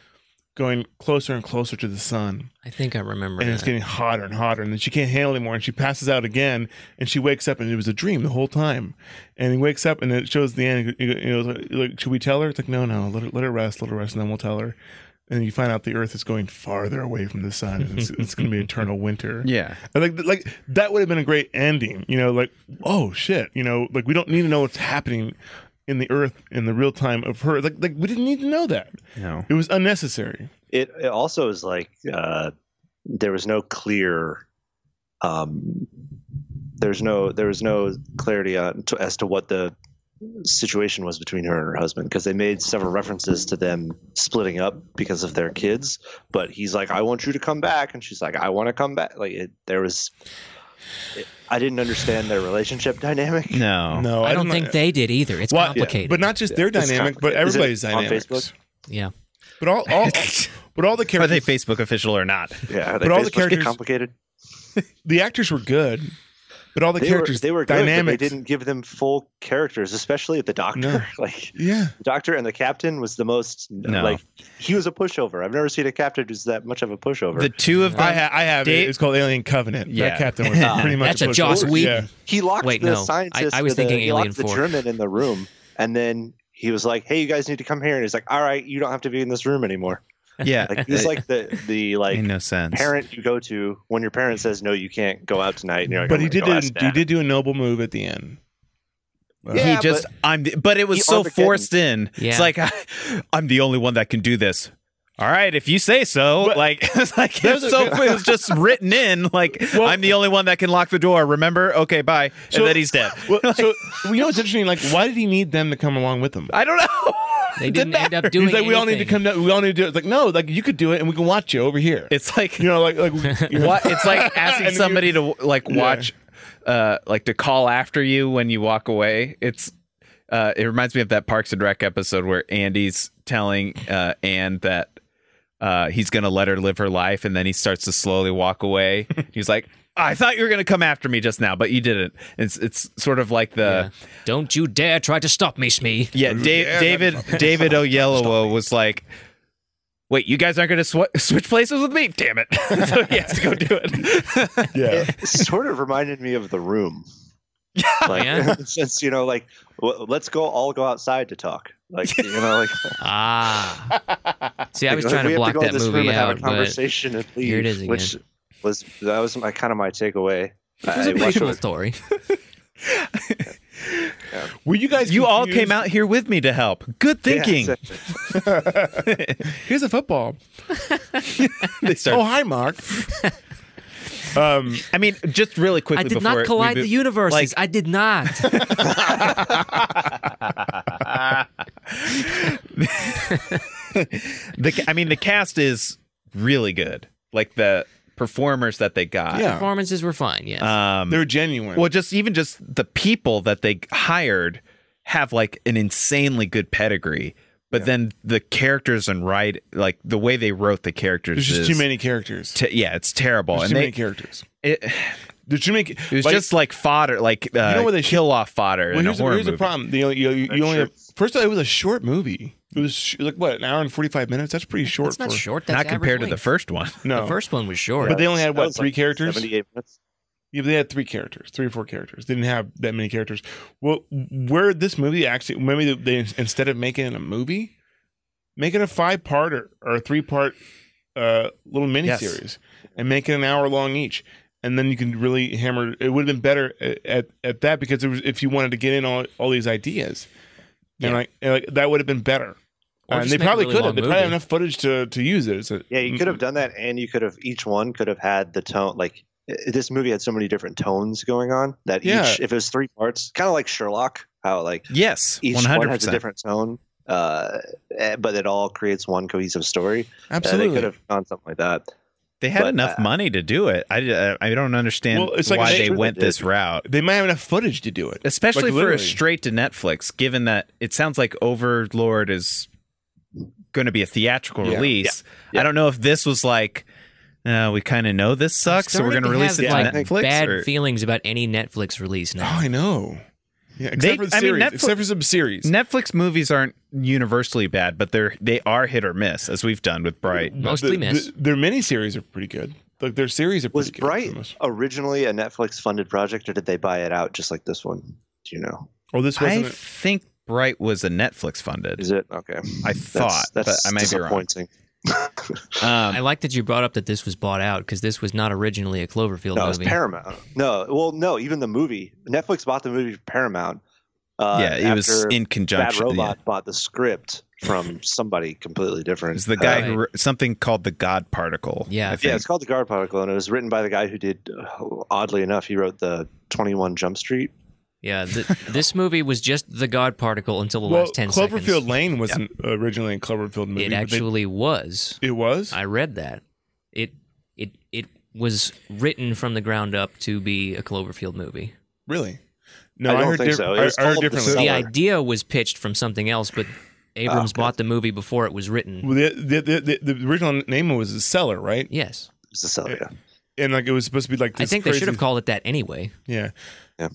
going closer and closer to the sun, I think I remember. and it's that. getting hotter and hotter, and then she can't handle it anymore, and she passes out again, and she wakes up, and it was a dream the whole time, and he wakes up, and it shows the end. You know, you know, it's like, like, should we tell her? It's like, no, no, let her, let her rest, let her rest, and then we'll tell her. And you find out the Earth is going farther away from the sun. And it's it's going to be eternal winter. yeah. And, Like, like that would have been a great ending, you know. Like, oh shit, you know, like we don't need to know what's happening in the Earth in the real time of her. Like, like we didn't need to know that. No. It was unnecessary. it, it also is like uh there was no clear um there's no there was no clarity on to, as to what the situation was between her and her husband because they made several references to them splitting up because of their kids but he's like i want you to come back and she's like i want to come back like it, there was I didn't understand their relationship <laughs> <laughs> dynamic. No. No, I don't know. think they did either. It's Why- complicated. But not just their It's compli- dynamic, but Is it everybody's on dynamics. Facebook? yeah. But all, all but all the Are they characters, Facebook official or not? Yeah, are But all the supposed to be characters- complicated. the actors were good. But all the they were, characters, they were good, but dynamics. they didn't give them full characters, especially the doctor. No. <laughs> like Yeah, the doctor and the captain was the most No. like he was a pushover. I've never seen a captain who's that much of a pushover. The two of them. I, ha- I have Um, Dave- it. It's called Alien Covenant. Yeah. That captain was Ah, pretty much that's a push- Joss Whedon. Yeah. he locked Wait, the no. I- scientist. I was with the- thinking he locked Alien 4. the German in the room, and then he was like, "Hey, you guys need to come here." And he's like, "All right, you don't have to be in this room anymore." yeah. <laughs> Like he's like the the like Made no sense. parent you go to when your parent says no, you can't go out tonight. And you're like, But "I'm he gonna did go do, ask he Dad." did do a noble move at the end. Uh, Yeah, he just I'm but it was He so Armageddon. forced in. Yeah. It's like <laughs> I, I'm the only one that can do this. All right, if you say so. But- like <laughs> it's like There's it's so a- it was just written in like Well- I'm the only one that can lock the door. Remember? Okay, bye. And So- then he's dead. Well, so you know what's interesting? Like, why did he need them to come along with him? I don't know. They It didn't end up doing He's like, we all need to anything. come. Down, we all need to do it. It's like, no, like you could do it, and we can watch you over here. <laughs> It's like you know, like like you know, what? <laughs> It's like asking And you- somebody to like Yeah. watch, uh, like to call after you when you walk away. It's uh, it reminds me of that Parks and Rec episode where Andy's telling uh, Anne that uh, he's gonna let her live her life, and then he starts to slowly walk <laughs> away. he's like. I thought you were going to come after me just now, but you didn't. It's it's sort of like the Uh, Don't you dare try to stop me, Smee. yeah, Da- Yeah, David David Oyelowo was like, "Wait, you guys aren't going to sw- switch places with me? Damn it!" <laughs> so he has to go do <laughs> it. yeah. It sort of reminded me of <laughs> the room. Like, Yeah. <laughs> since you know, like, w- let's go all go outside to talk. Like, you know, like <laughs> Ah. <laughs> See, I was Like, trying <laughs> we to block have go in that this movie out, room and have a but conversation and leave, here it is which was that was my kind of my takeaway. it was a I watched beautiful it. story. Were you <laughs> guys? You all confused? came out here with me to help. Good Yeah, thinking. exactly. Here's a football. they Oh, start. hi, <laughs> Mark. um, I mean, just really quickly Oh, I did before not collide we the move- universes. like- I did not. the. I mean, the cast is really good. Like the performers that they got. Yeah. Performances were fine. Yes. Uh, Um, they're genuine. well, just even just the people that they hired have like an insanely good pedigree. But then the characters and write like the way they wrote the characters. There's just is too many characters. te- yeah, it's terrible. There's and too they, many characters. it, There's too many. It was just like fodder, like uh, know what they should- kill off fodder Well, in a here's, the- horror here's the movie. problem. The, you, you, That's you only sure. first of all, it was a short movie. It was sh- like what an hour and forty five minutes. That's pretty short. It's not for, short. That's Not compared to the average first one. length. No, The first one was short. But they only had, That what, was three characters? 78 minutes. Yeah, but they had three characters, three or four characters. They didn't have that many characters. Well, where this movie actually, maybe they instead of making it a movie, make it a five part or, or a three part uh, little mini series, and make it an hour long each. And then you can really hammer. It would have been better a- at, at that because it was, if you wanted to get in all, all these ideas, and, Yeah. like, and like that would have been better. Or and just they make a probably really could long have. They probably have movie. enough footage to, to use it. It's a- Yeah, you could have uh, done that, and you could have each one could have had the tone. Like i- this movie had so many different tones going on that Yeah. each, if it was three parts, kind of like Sherlock, how like Yes, each one one hundred has a percent. different tone, uh, eh, but it all creates one cohesive story. Uh, they absolutely. could have done something like that. They had but, enough uh, money to do it. I, I, I don't understand Well, it's like why they- they sure they went did. this route, they might have enough footage to do it. especially for a literally. straight to Netflix. Given that it sounds like Overlord is going to be a theatrical Yeah. release, Yeah. I don't know if this was like uh, we kind of know this sucks, so we're going Starting to release have, it to like, Netflix. Bad or- feelings about any Netflix release Oh, <sighs> now. I know. Yeah, except They- for the I mean, series. Netflix- except for some series. Netflix movies aren't universally bad, but they're they are hit or miss, as we've done with Bright. Mostly miss. their miniseries are pretty good. Like their series are pretty Was good. Bright almost. originally a Netflix funded project, or did they buy it out just like this one? Do you know? Or Oh, this I wasn't. it? think Bright was a Netflix funded. Is it okay? I thought, that's, that's but I might be wrong. disappointing. I Um, like that you brought up that this was bought out because this was not originally a Cloverfield No, it's movie. Paramount. No, well, no, even the movie. Netflix bought the movie from Paramount. Uh, yeah, it was after in Bad conjunction. yeah. Robot bought the script from somebody completely different. It's the guy Uh, who wrote something called the God Particle. I Yeah. Oh, Yeah, yeah, think. it's called the Guard Particle, and it was written by the guy who did. uh, Oddly enough, he wrote the Twenty One Jump Street. yeah, <laughs> th- this movie was just the God particle until the well, last ten Cloverfield seconds. Lane wasn't originally a Cloverfield movie. It but they- actually was. it was. I read that. It it it was written from the ground up to be a Cloverfield movie. Really? No, I don't heard think diff- so. It I, was I heard called The differently. Cellar. The Seller. idea was pitched from something else, but Abrams Ah, okay. bought the movie before it was written. Well, the, the, the, the, the original name was the seller, right? Yes, It's a seller, yeah. And like it was supposed to be like I this think they crazy, should have called it that anyway. Yeah. Yeah.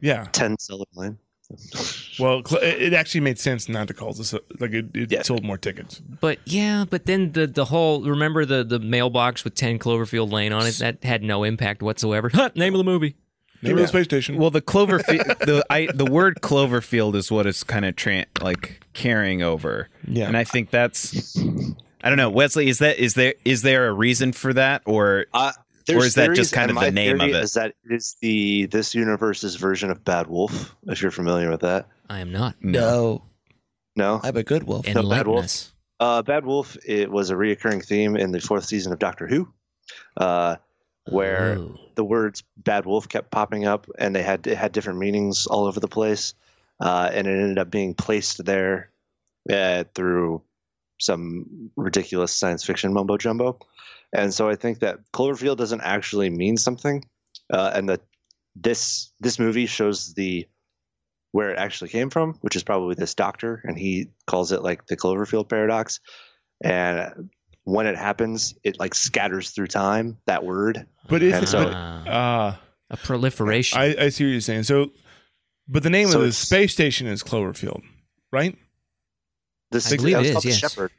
Yeah. Ten seller line. Well, cl- it it actually made sense not to call this a- like it, it Yeah. sold more tickets. But yeah, but then the the whole remember the the mailbox with ten Cloverfield Lane on it that had no impact whatsoever. Name of the movie. Maybe the space station. Well, the Cloverfield, <laughs> the I, the word Cloverfield is what it's kind of tra- like carrying over, yeah. and I think that's. I don't know, Wesley. Is that is there is there a reason for that, or Uh, Or is that just kind of the name of it? Is that it is the this universe's version of Bad Wolf? If you're familiar with that, I am not. No, no. I'm a good wolf. Bad Wolf. Enlighten us. Uh, Bad Wolf. It was a reoccurring theme in the fourth season of Doctor Who, uh, where Oh. the words "bad wolf" kept popping up, and they had it had different meanings all over the place, uh, and it ended up being placed there uh, through some ridiculous science fiction mumbo jumbo. And so I think that Cloverfield doesn't actually mean something, uh, and that this this movie shows the where it actually came from, which is probably this doctor, and he calls it like the Cloverfield paradox, and when it happens, it like scatters through time. That word, but if And so- but, uh, Ah, a proliferation. I, I see what you're saying. So, but the name So of the it's- space station is Cloverfield, right? the I believe that was it is, called yes. the Shepherd.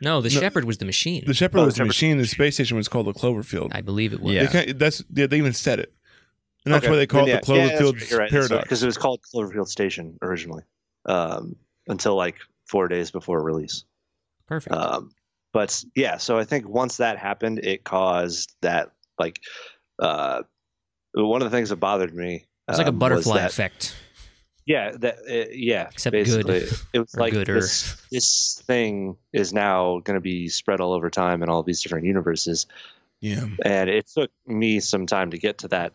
no, the No. shepherd was the machine. The Shepherd Oh, was the Shepherd. machine. The space station was called the Cloverfield. I believe it was. Yeah. They kind of- that's yeah, they even said it, and that's Okay. why they call Then, it the Cloverfield paradox. because it was called Cloverfield Station originally, um, until like four days before release. Perfect. Um, but yeah, so I think once that happened, it caused that like uh, one of the things that bothered me. it's like a um, was butterfly that- effect. Yeah, that uh, yeah. Except basically, good. it was Or like gooder. this, this thing is now going to be spread all over time in all these different universes, Yeah, and it took me some time to get to that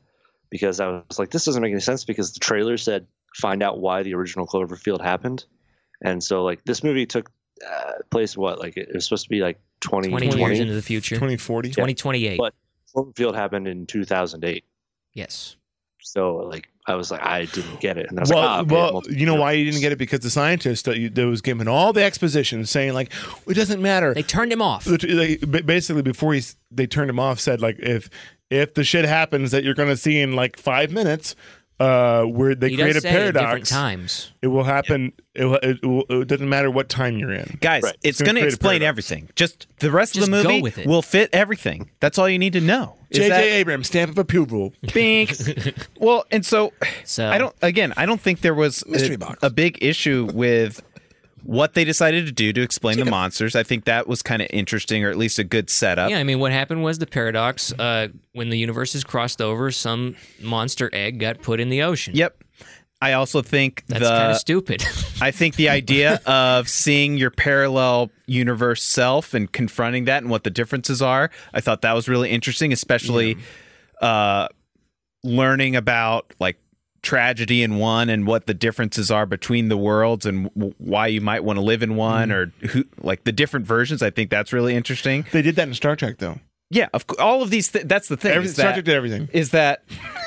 because I was like, this doesn't make any sense because the trailer said find out why the original Cloverfield happened, and so like this movie took uh, place what like it was supposed to be like 20 years 2020. into the future. twenty forty. 2028. But- Cloverfield happened in 2008, yes. so like I was like I didn't get it, and I was like, Well, ah, well, multiple you know why you universes." didn't get it because the scientist that, you, that was giving all the exposition, saying like, it doesn't matter. They turned him off. Lit- like, ba- basically before he s- they turned him off said like if if the shit happens that you're gonna see in like five minutes uh where they he does create a say at different paradox times. it will happen it, will, it, will, it doesn't matter what time you're in guys? Right. It's It's gonna going to create a explain paradox. everything. Just the rest Just of the go movie with it. will fit everything. That's all you need to know. Is jj that- abrams stamp of approval Bink. <laughs> well, and so So I don't. Again, I don't think there was Mystery a, box. a big issue with what they decided to do to explain the monsters. I think that was kind of interesting, or at least a good setup. Yeah, I mean, what happened was the paradox. Uh, when the universes crossed over, some monster egg got put in the ocean. Yep. I also think That's kind of the stupid. <laughs> I think the idea of seeing your parallel universe self and confronting that and what the differences are, I thought that was really interesting, especially uh, learning about like tragedy in one and what the differences are between the worlds and w- why you might want to live in one Mm-hmm. or who like the different versions. I think that's really interesting. <laughs> they did that in star trek though Yeah, of cou- all of these. Th- that's the thing. Every, is star that- trek did everything is that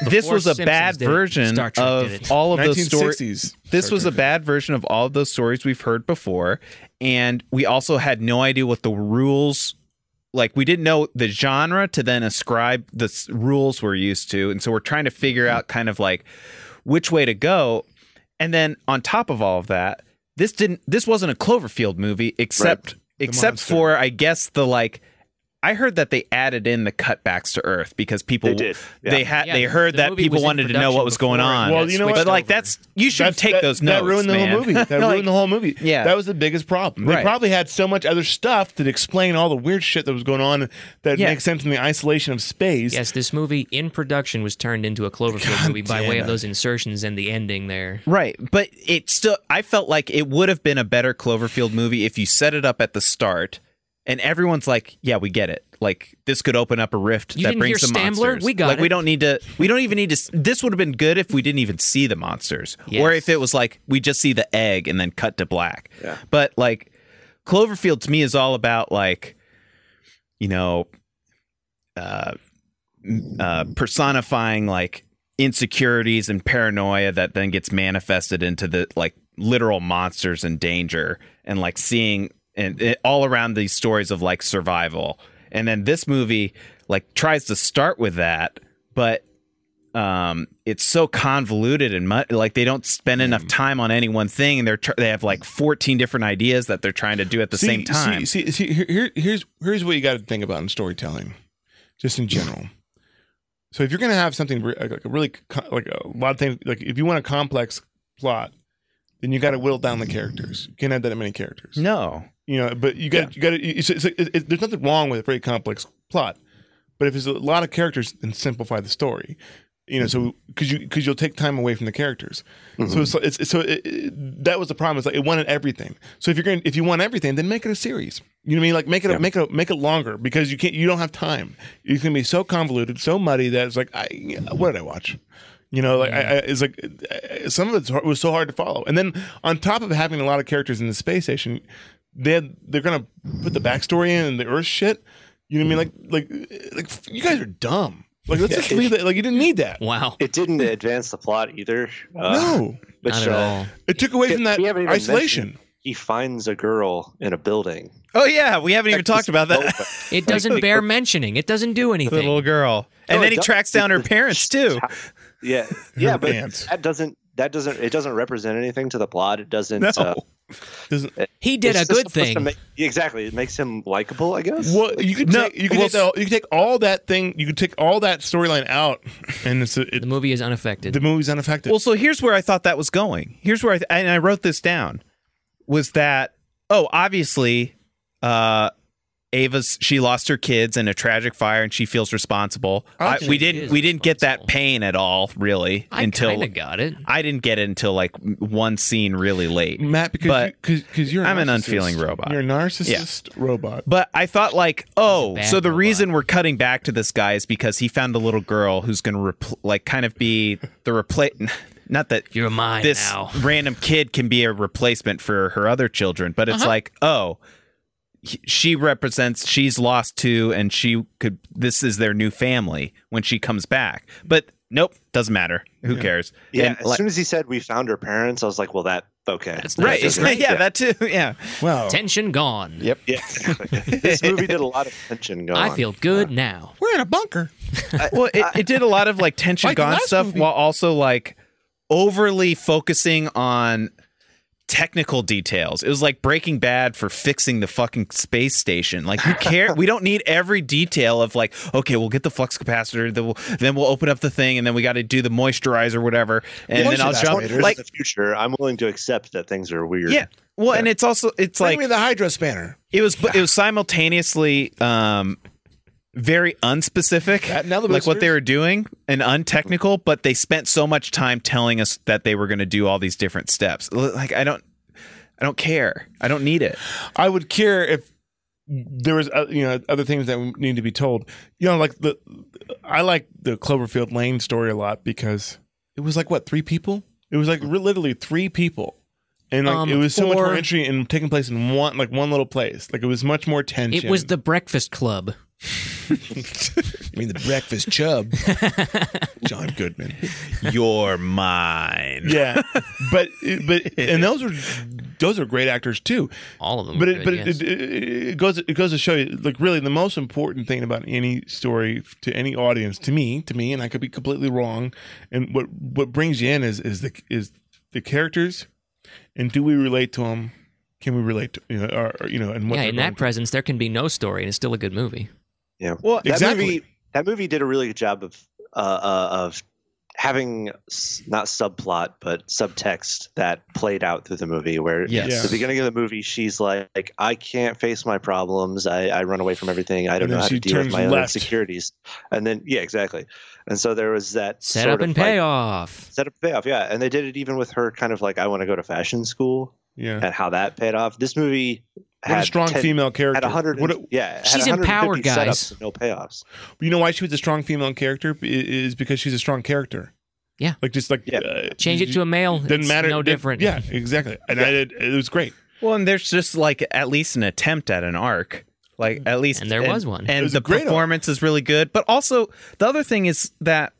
this Before was a Simpsons bad did it, version Star Trek did of it. all of those stories. 1960s This Star was a Trek. bad version of all of those stories we've heard before, and we also had no idea what the rules. Like we didn't know the genre to then ascribe the s- rules we're used to, and so we're trying to figure out kind of like which way to go. And then on top of all of that, this didn't. This wasn't a Cloverfield movie, except except monster. for I guess the like. I heard that they added in the cutbacks to Earth because people They did. Yeah. they had Yeah, they heard the that movie people was in wanted to know production what was going before it on. Well, got you know what? but switched like over. that's you should That's- take that- those notes. That ruined the man. whole movie. <laughs> <laughs> That Like, ruined the whole movie. Yeah. that was the biggest problem. They Right. probably had so much other stuff that explained all the weird shit that was going on that Yeah. makes sense in the isolation of space. yes, this movie in production was turned into a Cloverfield movie by way damn of it. those insertions and the ending there. Right, but it still I felt like it would have been a better Cloverfield movie if you set it up at the start and everyone's like, "Yeah, we get it." Like this could open up a rift You that didn't brings hear the Stambler? monsters. We got like we it. don't need to we don't even need to s- this would have been good if we didn't even see the monsters or Yes. if it was like we just see the egg and then cut to black. Yeah. But like Cloverfield to me is all about like you know uh uh, personifying like insecurities and paranoia that then gets manifested into the like literal monsters and danger and like seeing and it, all around these stories of like survival and then this movie like tries to start with that but um it's so convoluted and mu- like they don't spend enough time on any one thing and they're tr- they have like 14 different ideas that they're trying to do at the See- same time See, see, see here, here- here's here's what you got to think about in storytelling, just in general. So if you're going to have something re- like like a really co- like a lot of things, like if you want a complex plot, then you got to whittle down the characters. You can't have that many characters. no You know, but you got to you got to. It's, it's, it's, there's nothing wrong with a very complex plot, but if there's a lot of characters, then simplify the story. You know, so because you because you'll take time away from the characters. So it's, it's so it, it, that was the problem. It's like it wanted everything. So if you're going, to if you want everything, then make it a series. You know what I mean? Like make it, Yeah. a, make it, a, make it longer because you can't. You don't have time. You can be so convoluted, so muddy that it's like, I what did I watch? You know, like I, I, it's like uh, some of it was so hard to follow. And then on top of having a lot of characters in the space station, they had, they're gonna put the backstory in and the Earth shit. You know what I mean? Like like like you guys are dumb. Like let's just leave that. Like you didn't need that. Wow. It didn't advance the plot either. Uh, no, which, Not at uh, all. it took away we- from that we haven't even isolation. He finds a girl in a building. oh yeah we haven't even talked about that It doesn't bear mentioning. It doesn't do the anything. little girl. And No, then it he does- tracks down her it- <laughs> parents too. Yeah, yeah, Her but aunt. that doesn't that doesn't it doesn't represent anything to the plot. It doesn't. No. uh, He did it's a just good supposed to thing. make- exactly, it makes him likable, I guess. Well, you could No, take, you could well, take that, you could take all that thing you could take all that storyline out, and it's the it, movie is unaffected. the movie's unaffected. Well, so here's where I thought that was going. Here's where I th- and I wrote this down was that oh, obviously uh Ava's she lost her kids in a tragic fire and she feels responsible. I, Actually, we she didn't is we didn't get that responsible. pain at all really I until kind of got it. I didn't get it until like one scene really late. Mm. Matt, because but because you, are I'm an unfeeling robot. You're a narcissist robot. But I thought like, oh, bad so the robot. reason we're cutting back to this guy is because he found a little girl who's going to repl- like kind of be the replace. <laughs> Not that You're mine this <laughs> now. random kid can be a replacement for her other children, but it's Uh-huh. like, oh, he- she represents she's lost too, and she could. This is their new family when she comes back. But nope, doesn't matter. Who cares? yeah, And, as like- soon as he said we found her parents, I was like, well, that okay, That's That right? <laughs> doesn't- yeah, that too. Yeah, Wow, Tension gone. Yep. <laughs> Yeah, exactly. this movie did a lot of tension <laughs> going. I feel good now. we're in a bunker. well, it, it did a lot of like tension Like the gone last stuff movie. while also like overly focusing on technical details. It was like Breaking Bad for fixing the fucking space station. Like we care, we don't need every detail of like, okay, we'll get the flux capacitor, then we'll, then we'll open up the thing, and then we got to do the moisturizer, whatever, and then I'll jump Torture is like, the future. I'm willing to accept that things are weird. yeah. Well, and it's also it's Bring like me the hydro spanner. it was it was simultaneously um very unspecific That and other like what mysteries? they were doing and untechnical but they spent so much time telling us that they were going to do all these different steps L- like i don't i don't care i don't need it I would care if there was uh, you know other things that need to be told. You know, like the I like the Cloverfield Lane story a lot because it was like what three people? It was like re- literally three people, and like Um, it was so much more four. entry and taking place in one like one little place. Like it was much more tension. It was the Breakfast Club. I mean the breakfast <laughs> chub, John Goodman. you're mine <laughs> Yeah, but but and those are those are great actors too. All of them. but were good, it, but yes. it, it, it goes it goes to show you like really the most important thing about any story f- to any audience to me to me and I could be completely wrong and what what brings you in is is the is the characters and do we relate to them can we relate to you know or, or, you know and what yeah, they're in going that presence, there can be no story, and it's still a good movie. well through. exactly movie- that movie did a really good job of uh, uh, of having s- not subplot but subtext that played out through the movie where yes Yeah. the beginning of the movie she's like, i can't face my problems i, I run away from everything i don't And know then how to she deal with turns my own left. insecurities and then yeah exactly and so there was that Set sort up of, and like, payoff. set up and payoff yeah and they did it even with her kind of like i want to go to fashion school yeah and how that paid off this movie what had a strong 10 female character had 100 what a- yeah had She's 150 empowered, setups guys. and no payoffs you know why she was a strong female character I- is because she's a strong character Yeah. like just like Yeah. uh, Change it you- to a male. doesn't it's matter No did- different. yeah exactly and I did it was great well and there's just like at least an attempt at an arc Like at least And there was one. It And was the a great performance is really good. But also the other thing is that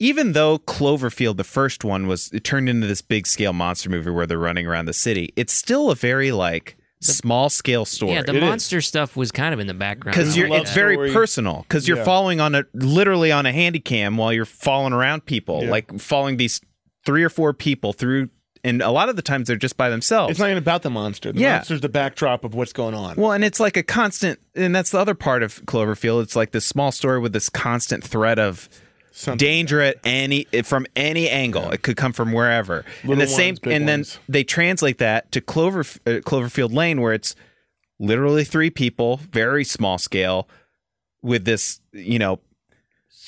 even though Cloverfield, the first one, was it turned into this big scale monster movie where they're running around the city, it's still a very like small scale story. Yeah, the It is. monster stuff was kind of in the background. because I you're like it's that. very story. personal because you're Yeah. following on a literally on a handy cam while you're falling around people Yeah. like following these three or four people through and a lot of the times they're just by themselves It's not even about the monster. The Yeah. monster's the backdrop of what's going on. well and it's like a constant and that's the other part of cloverfield it's like this small story with this constant threat of Something. danger at any from any angle it could come from wherever Little and the same ones, big and then ones. they translate that to clover uh, cloverfield lane where it's literally three people very small scale with this you know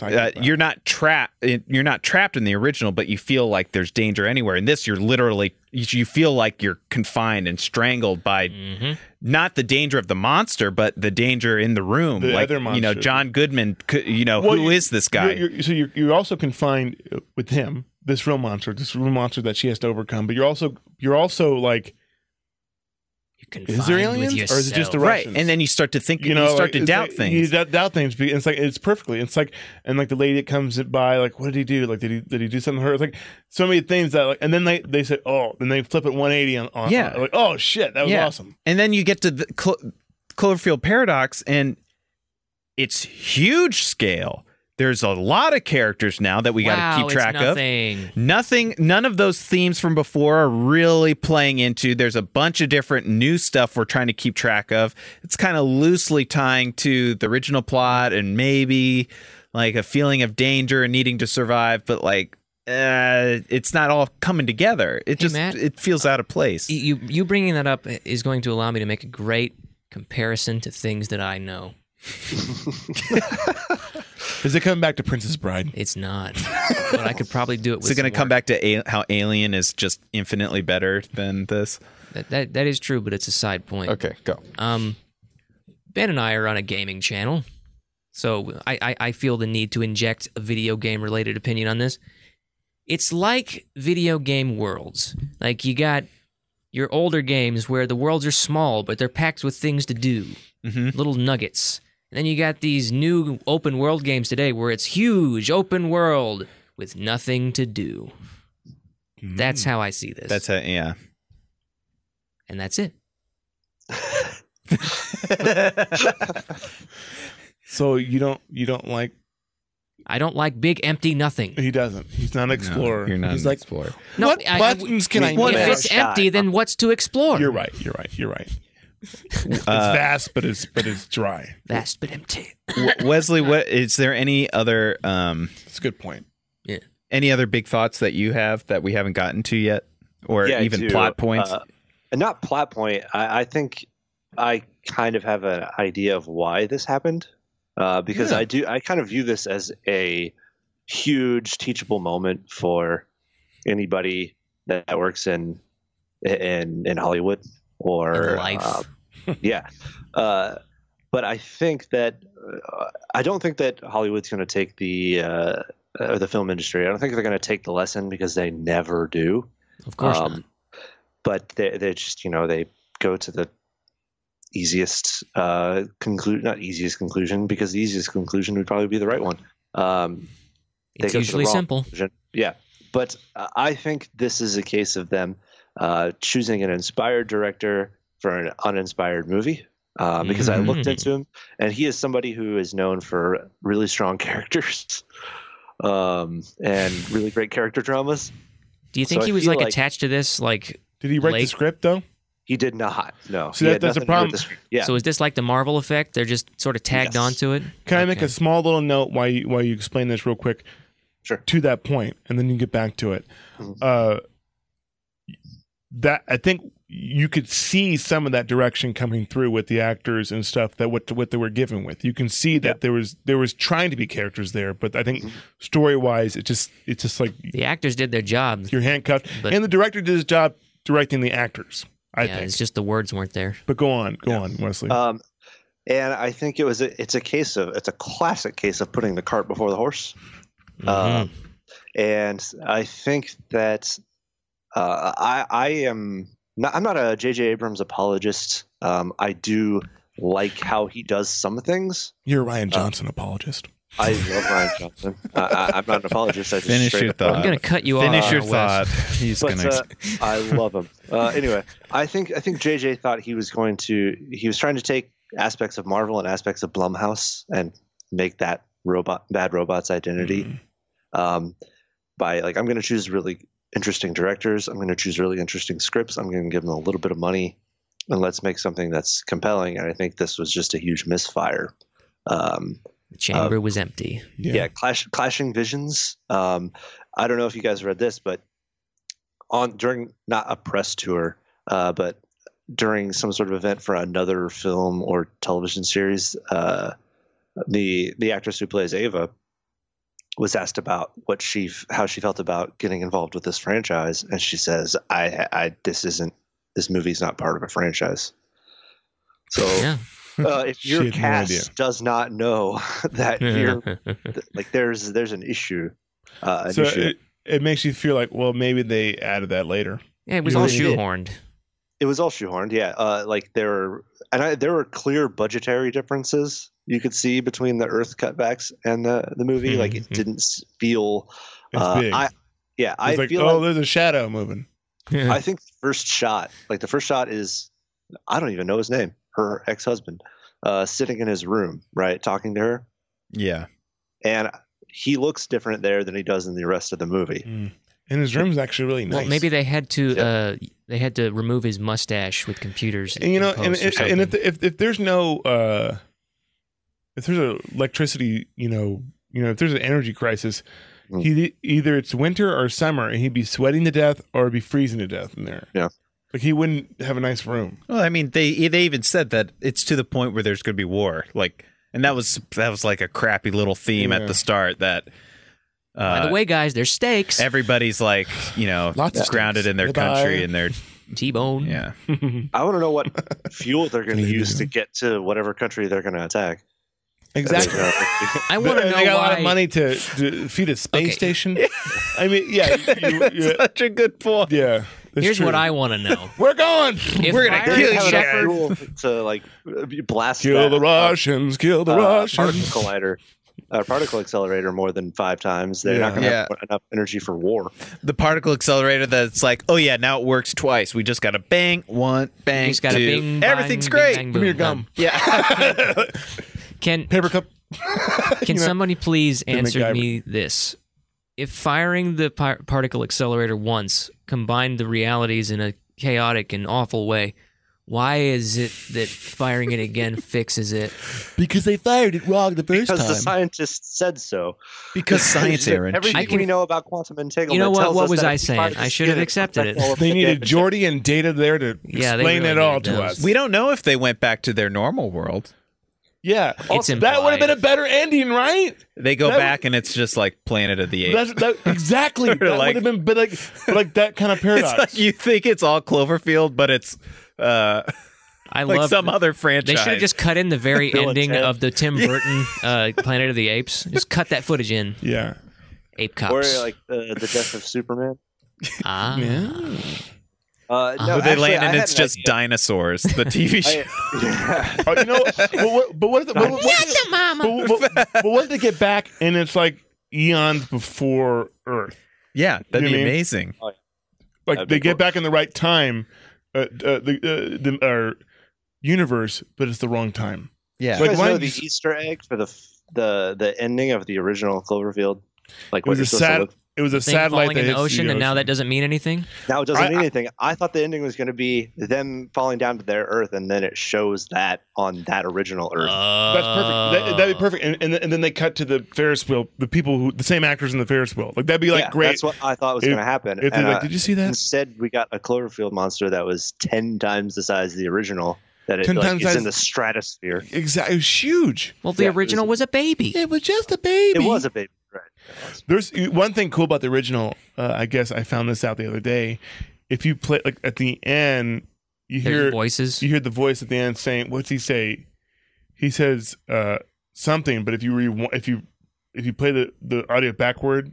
uh, Psychopath. you're not trapped you're not trapped in the original but you feel like there's danger anywhere in this you're literally you you feel like you're confined and strangled Mm-hmm. by Mhm. not the danger of the monster but the danger in the room The like other you know monster. John Goodman could- you know who Well, is you- this guy You're, you're, so you're, you're also confined uh, with him, this real monster, this real monster that she has to overcome. But you're also you're also like, You're is there confined with aliens or is it just yourself. the right Russians? and then you start to think you, you know, start like, to it's doubt like- You things doubt, doubt things. be- It's like it's perfectly. It's like and like the lady that comes by, like, what did he do? Like, did he did he do something to her? It's like so many things that like, and then they they say, oh, then they flip it one eighty on, on Yeah. on- like, oh shit, that was Yeah. awesome. and then you get to the Clo- Cloverfield paradox and it's huge scale there's a lot of characters now that we wow, got to keep it's track of nothing. Nothing, none of those themes from before are really playing into. There's a bunch of different new stuff we're trying to keep track of. It's kind of loosely tying to the original plot and maybe like a feeling of danger and needing to survive, but like uh, it's not all coming together. It Hey, just Matt. e- it feels out of place. You you bringing that up is going to allow me to make a great comparison to things that I know. Is it coming back to Princess Bride? It's not, <laughs> but I could probably do it. With Is it going to some come back work. to a- how Alien is just infinitely better than this? That, that that is true, but it's a side point. Okay, go. Um, Ben and I are on a gaming channel, so I, I, I feel the need to inject a video game related opinion on this. It's like video game worlds. Like you got your older games where the worlds are small, but they're packed with things to do, hmm little nuggets. And then you got these new open world games today where it's huge open world with nothing to do. Hmm. Mm. That's how I see this. That's it. Yeah. and that's it. so you don't you don't like I don't like big empty nothing. he doesn't. He's not an explorer. No, you're not He's an like explorer. No, what I- I- buttons can I? What if man. mash? it's empty, then what's to explore? You're right. You're right. You're right. it's Uh, vast, but it's but it's dry. Vast but empty. W- Wesley, what is there any other um That's a good point. any other big thoughts that you have that we haven't gotten to yet or Yeah, I even do. plot points? Uh, not plot point. I, I think I kind of have an idea of why this happened uh, because I do. I kind of view this as a huge teachable moment for anybody that works in in in Hollywood or In life. uh, <laughs> yeah. Uh, but I think that uh, I don't think that Hollywood's going to take the uh, or the film industry. I don't think they're going to take the lesson because they never do Of course Um, not. but they they just you know they go to the easiest uh conclude not easiest conclusion because the easiest conclusion would probably be the right one um they It's go to the usually wrong simple. conclusion. yeah but uh, i think this is a case of them uh choosing an inspired director for an uninspired movie uh, because I looked Mhm. Mm-hmm. into him, and he is somebody who is known for really strong <laughs> characters, um, and really great character dramas. Do you think so I he was feel like, like- attached to this? Like, Did he write the Lake? script though? He did not. No, See, He that- had that's the nothing to do with problem. this- Yeah, so is this like the Marvel effect? They're just sort of tagged Yes. onto it. Can I make Okay. a small little note while you, while you explain this real quick? Sure. To that point, and then you get back to it. Mhm. Uh, that I think you could see some of that direction coming through with the actors and stuff that what what they were given with. You can see that there was there was trying to be characters there, but I think Mhm. story wise, it just it's just like The actors did their job. you're handcuffed. But- and the director did his job directing the actors. I yeah, think. it's just the words weren't there. But go on, go on, Wesley. <laughs> Um, and I think it was a, it's a case of it's a classic case of putting the cart before the horse. Mm-hmm. Uh, Mhm. And I think that uh, I I am not I'm not a J.J. Abrams apologist. Um, I do like how he does some things. You're a Ryan Johnson apologist. I love Ryan Johnson. I, I, I'm not an apologist. I just Finish straight your up thought. I'm gonna cut you Finish off. your Wes. thought. He's But, gonna. uh, <laughs> I love him. Uh, anyway, I think I think JJ thought he was going to he was trying to take aspects of Marvel and aspects of Blumhouse and make that robot bad robot's identity Mm-hmm. um, by like I'm going to choose really interesting directors. I'm going to choose really interesting scripts. I'm going to give them a little bit of money, and let's make something that's compelling. And I think this was just a huge misfire. Um, The chamber was empty. yeah. clash, clashing visions. Um, I don't know if you guys read this, but on during not a press tour, uh, but during some sort of event for another film or television series, uh, the the actress who plays Ava was asked about what she f- how she felt about getting involved with this franchise, and she says, "I, I this isn't this movie's not part of a franchise." So Yeah. uh, if She your had no cast idea. does not know <laughs> that you're th- like there's there's an issue. Uh, an So issue. It, it, it makes you feel like, well, maybe they added that later. <laughs> yeah, it was You all really did. shoehorned. was all shoehorned, yeah. Uh, like there were and I, there were clear budgetary differences you could see between the Earth cutbacks and the the movie. Hmm, Like it Mhm. didn't s- feel. It's uh, big. I, yeah, I it's like, feel oh, like, there's a shadow moving. I think the first shot, like the first shot is, I don't even know his name. Her ex husband, uh, sitting in his room, right, talking to her, yeah, and he looks different there than he does in the rest of the movie. Hmm. And his room's actually really nice. Well, maybe they had to Yeah. uh, they had to remove his mustache with computers. And, you know, in and, post or and, and if, something. if if there's no uh, if there's a electricity, you know, you know, if there's an energy crisis, Mm. he either it's winter or summer, and he'd be sweating to death or be freezing to death in there. Yeah. like he wouldn't have a nice room. Well, I mean, they they even said that it's to the point where there's going to be war. Like, and that was that was like a crappy little theme Yeah. at the start. That by uh, the way, guys, there's steaks. everybody's like, you know, Lots of grounded stakes. in their Goodbye. country and their T-bone. yeah. I want to <laughs> know what fuel they're going to Maybe. use to get to whatever country they're going to attack. Exactly. <laughs> I want to And know they got a lot of why- money to, to feed a space Okay. <laughs> station. I mean, yeah, <laughs> you, you, Such a good point. yeah. that's Here's true. what I want to <laughs> know. we're going. If We're gonna Byron kill you Shepherd, <laughs> Fuel to like blast Kill that, the Russians. Kill uh, the particle Russians. collider, uh, particle accelerator more than five times. They're not Yeah. going to Yeah. have enough energy for war. The particle accelerator that's like, oh yeah, now it works twice. We just got to bang one, bang he's got a two. bing, Everything's bang, great. Bing, bang, Give me your boom, gum. Yeah. done. Can <laughs> Paper cup. can <laughs> You know, somebody please the answer MacGyver. me this? If firing the par- particle accelerator once combined the realities in a chaotic and awful way, why is it that firing it <laughs> again fixes it? Because they fired it wrong the first Because the scientists said so. because science, Aaron. Everything I can- we know about quantum entanglement. You know what- tells what us was that I if you saying? fire the I should have skin, it accepted protects it. all of They the needed damage. Jordy and Data there to Yeah, they explain really it all needed to those. us. we don't know if they went back to their normal world. yeah, It's that would have been a implied. better ending, right? They go That would- back and it's just like Planet of the Apes. That's <laughs> that, exactly. that like- would have been, but like, but like that kind of paradox. It's like you think it's all Cloverfield, but it's uh, I like love some other They franchise. should have just cut in the very Bill and ending Ted. of the Tim Burton <laughs> uh, Planet of the Apes. Just cut that footage in. yeah, Ape Or cops. like uh, the death of Superman. ah, <laughs> Uh, Oh, But no, they actually, land I and had it's an just idea. <laughs> dinosaurs. The TV show. I- Oh, you know, but what? But what? If, but, what- but, but, but, but what if they get back and it's like eons before Earth? yeah, that'd You be mean- amazing. Like That'd they be get cool. back in the right time, uh, uh, the uh, the our universe, but it's the wrong time. Yeah. You Like, guys why know don't the you s- Easter egg for the f- the the ending of the original Cloverfield? Like It what was you're a supposed sad. to look. It was a thing satellite falling that in the hits ocean, and now that doesn't mean anything. Now it doesn't I- mean I- anything. I thought the ending was going to be them falling down to their Earth, and then it shows that on that original Earth. That's perfect. Oh. That, that'd be perfect. And, and, then- and then they cut to the Ferris wheel, the people who, the same actors in the Ferris wheel. Like that'd be like Yeah, great. That's what I thought was If- going to happen. if they're and, like, uh, did you see that? instead, we got a Cloverfield monster that was ten times the size of the original. That it 10 like, times is size- in the stratosphere. Exactly. It was huge. Well, the Yeah, it original was, a baby. It was just a baby. It was a baby. Right. It was. There's one thing cool about the original. Uh, I guess I found this out the other day. If you play like at the end, you There's hear voices. you hear the voice at the end saying, "What's he say?" He says uh, something, but if you re- if you if you play the the audio backward,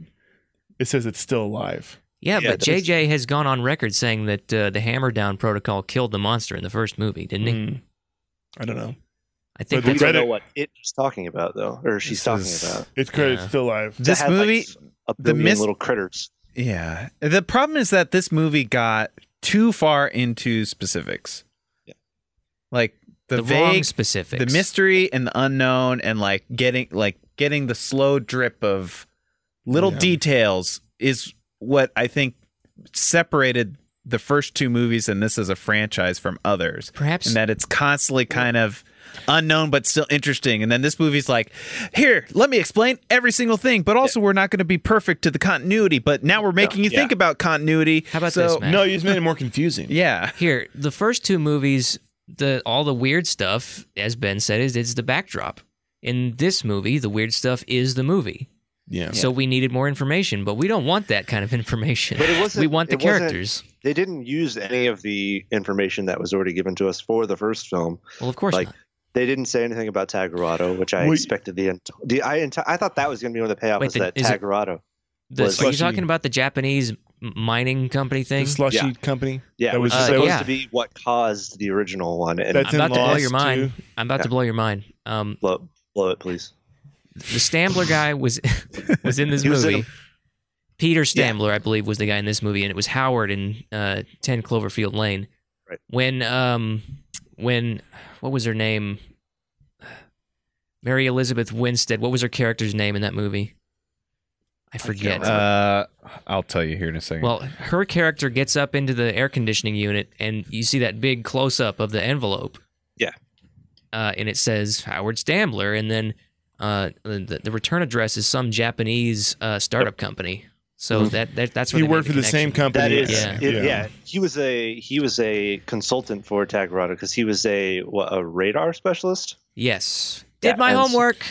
it says it's still alive. Yeah, Yeah, but there's- JJ has gone on record saying that uh, the Hammer Down Protocol killed the monster in the first movie, didn't he? Mm. Hmm. I don't know. I think But We that's don't know Reddit- what it's talking about though, or she's This talking is- about. It's credits Yeah. still live. That This had, like, movie, a the billion mis- little critters. yeah. The problem is that this movie got too far into specifics. Yeah. Like the, the, wrong vague specifics. the mystery and the unknown and like getting like getting the slow drip of little Yeah. details is what i think separated the first two movies and this as a franchise from others Perhaps and that it's constantly kind of unknown but still interesting and then this movie's like here let me explain every single thing but also we're not going to be perfect to the continuity but now we're making you Yeah. think about continuity How about so this, man? No, you just made it more confusing. yeah here the first two movies, the all the weird stuff, as Ben said, is it's the backdrop. In this movie, the weird stuff is the movie. Yeah. So we needed more information, but we don't want that kind of <laughs> information. But it wasn't- we want the it wasn't- characters. They didn't use any of the information that was already given to us for the first film. Well, of course like- not. They didn't say anything about Tagarado, which I Wait. expected the, ent- the I ent- I thought that was going to be one of the payoffs Wait, was the- that is it- Tagarado. The, was- are you Slushy. talking about the Japanese m- mining company The thing? slushy Yeah. company. Yeah, That that was was just- supposed Uh, yeah. to be what caused the original one. And That's I'm in about to blow Lost, your mind. too. I'm about to Yeah. blow your mind. Um, blow, blow it, please. the <laughs> Stambler guy was <laughs> was in this He was in movie. Peter Yeah. Stambler, I believe, was the guy in this movie, and it was Howard in uh, Ten Cloverfield Lane. Right. When um, when what was her name? Mary Elizabeth Winstead. What was her character's name in that movie? I forget. uh i'll tell you here in a second Well, her character gets up into the air conditioning unit, and you see that big close up of the envelope. Yeah. Uh, and it says Howard Stambler, and then uh, the, the return address is some Japanese uh, startup company. So Mhm. that, that that's where He they made worked for the same connection. company. That is, Yeah. yeah. yeah. He was a he was a consultant for Tagarado because he was a what, a radar specialist. Yes. Did Yeah, my and- homework.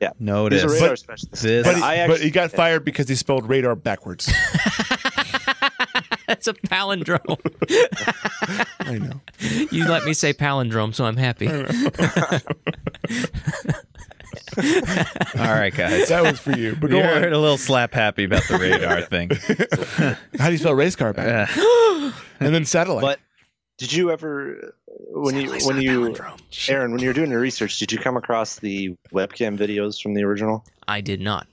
He was a notice radar But specialist. this- But, And he, but I he actually- <laughs> got fired because he spelled <laughs> radar backwards. <laughs> that's a palindrome. I know. you let me say palindrome, so I'm <laughs> happy. all right guys That was for you. But go You're on. a little slap happy about the <laughs> radar thing. How do you spell race car back? Uh, and then satellite. But did you ever when you Satellite's when not a you palindrome. Aaron when you were doing your research did you come across the webcam videos from the original? I did not.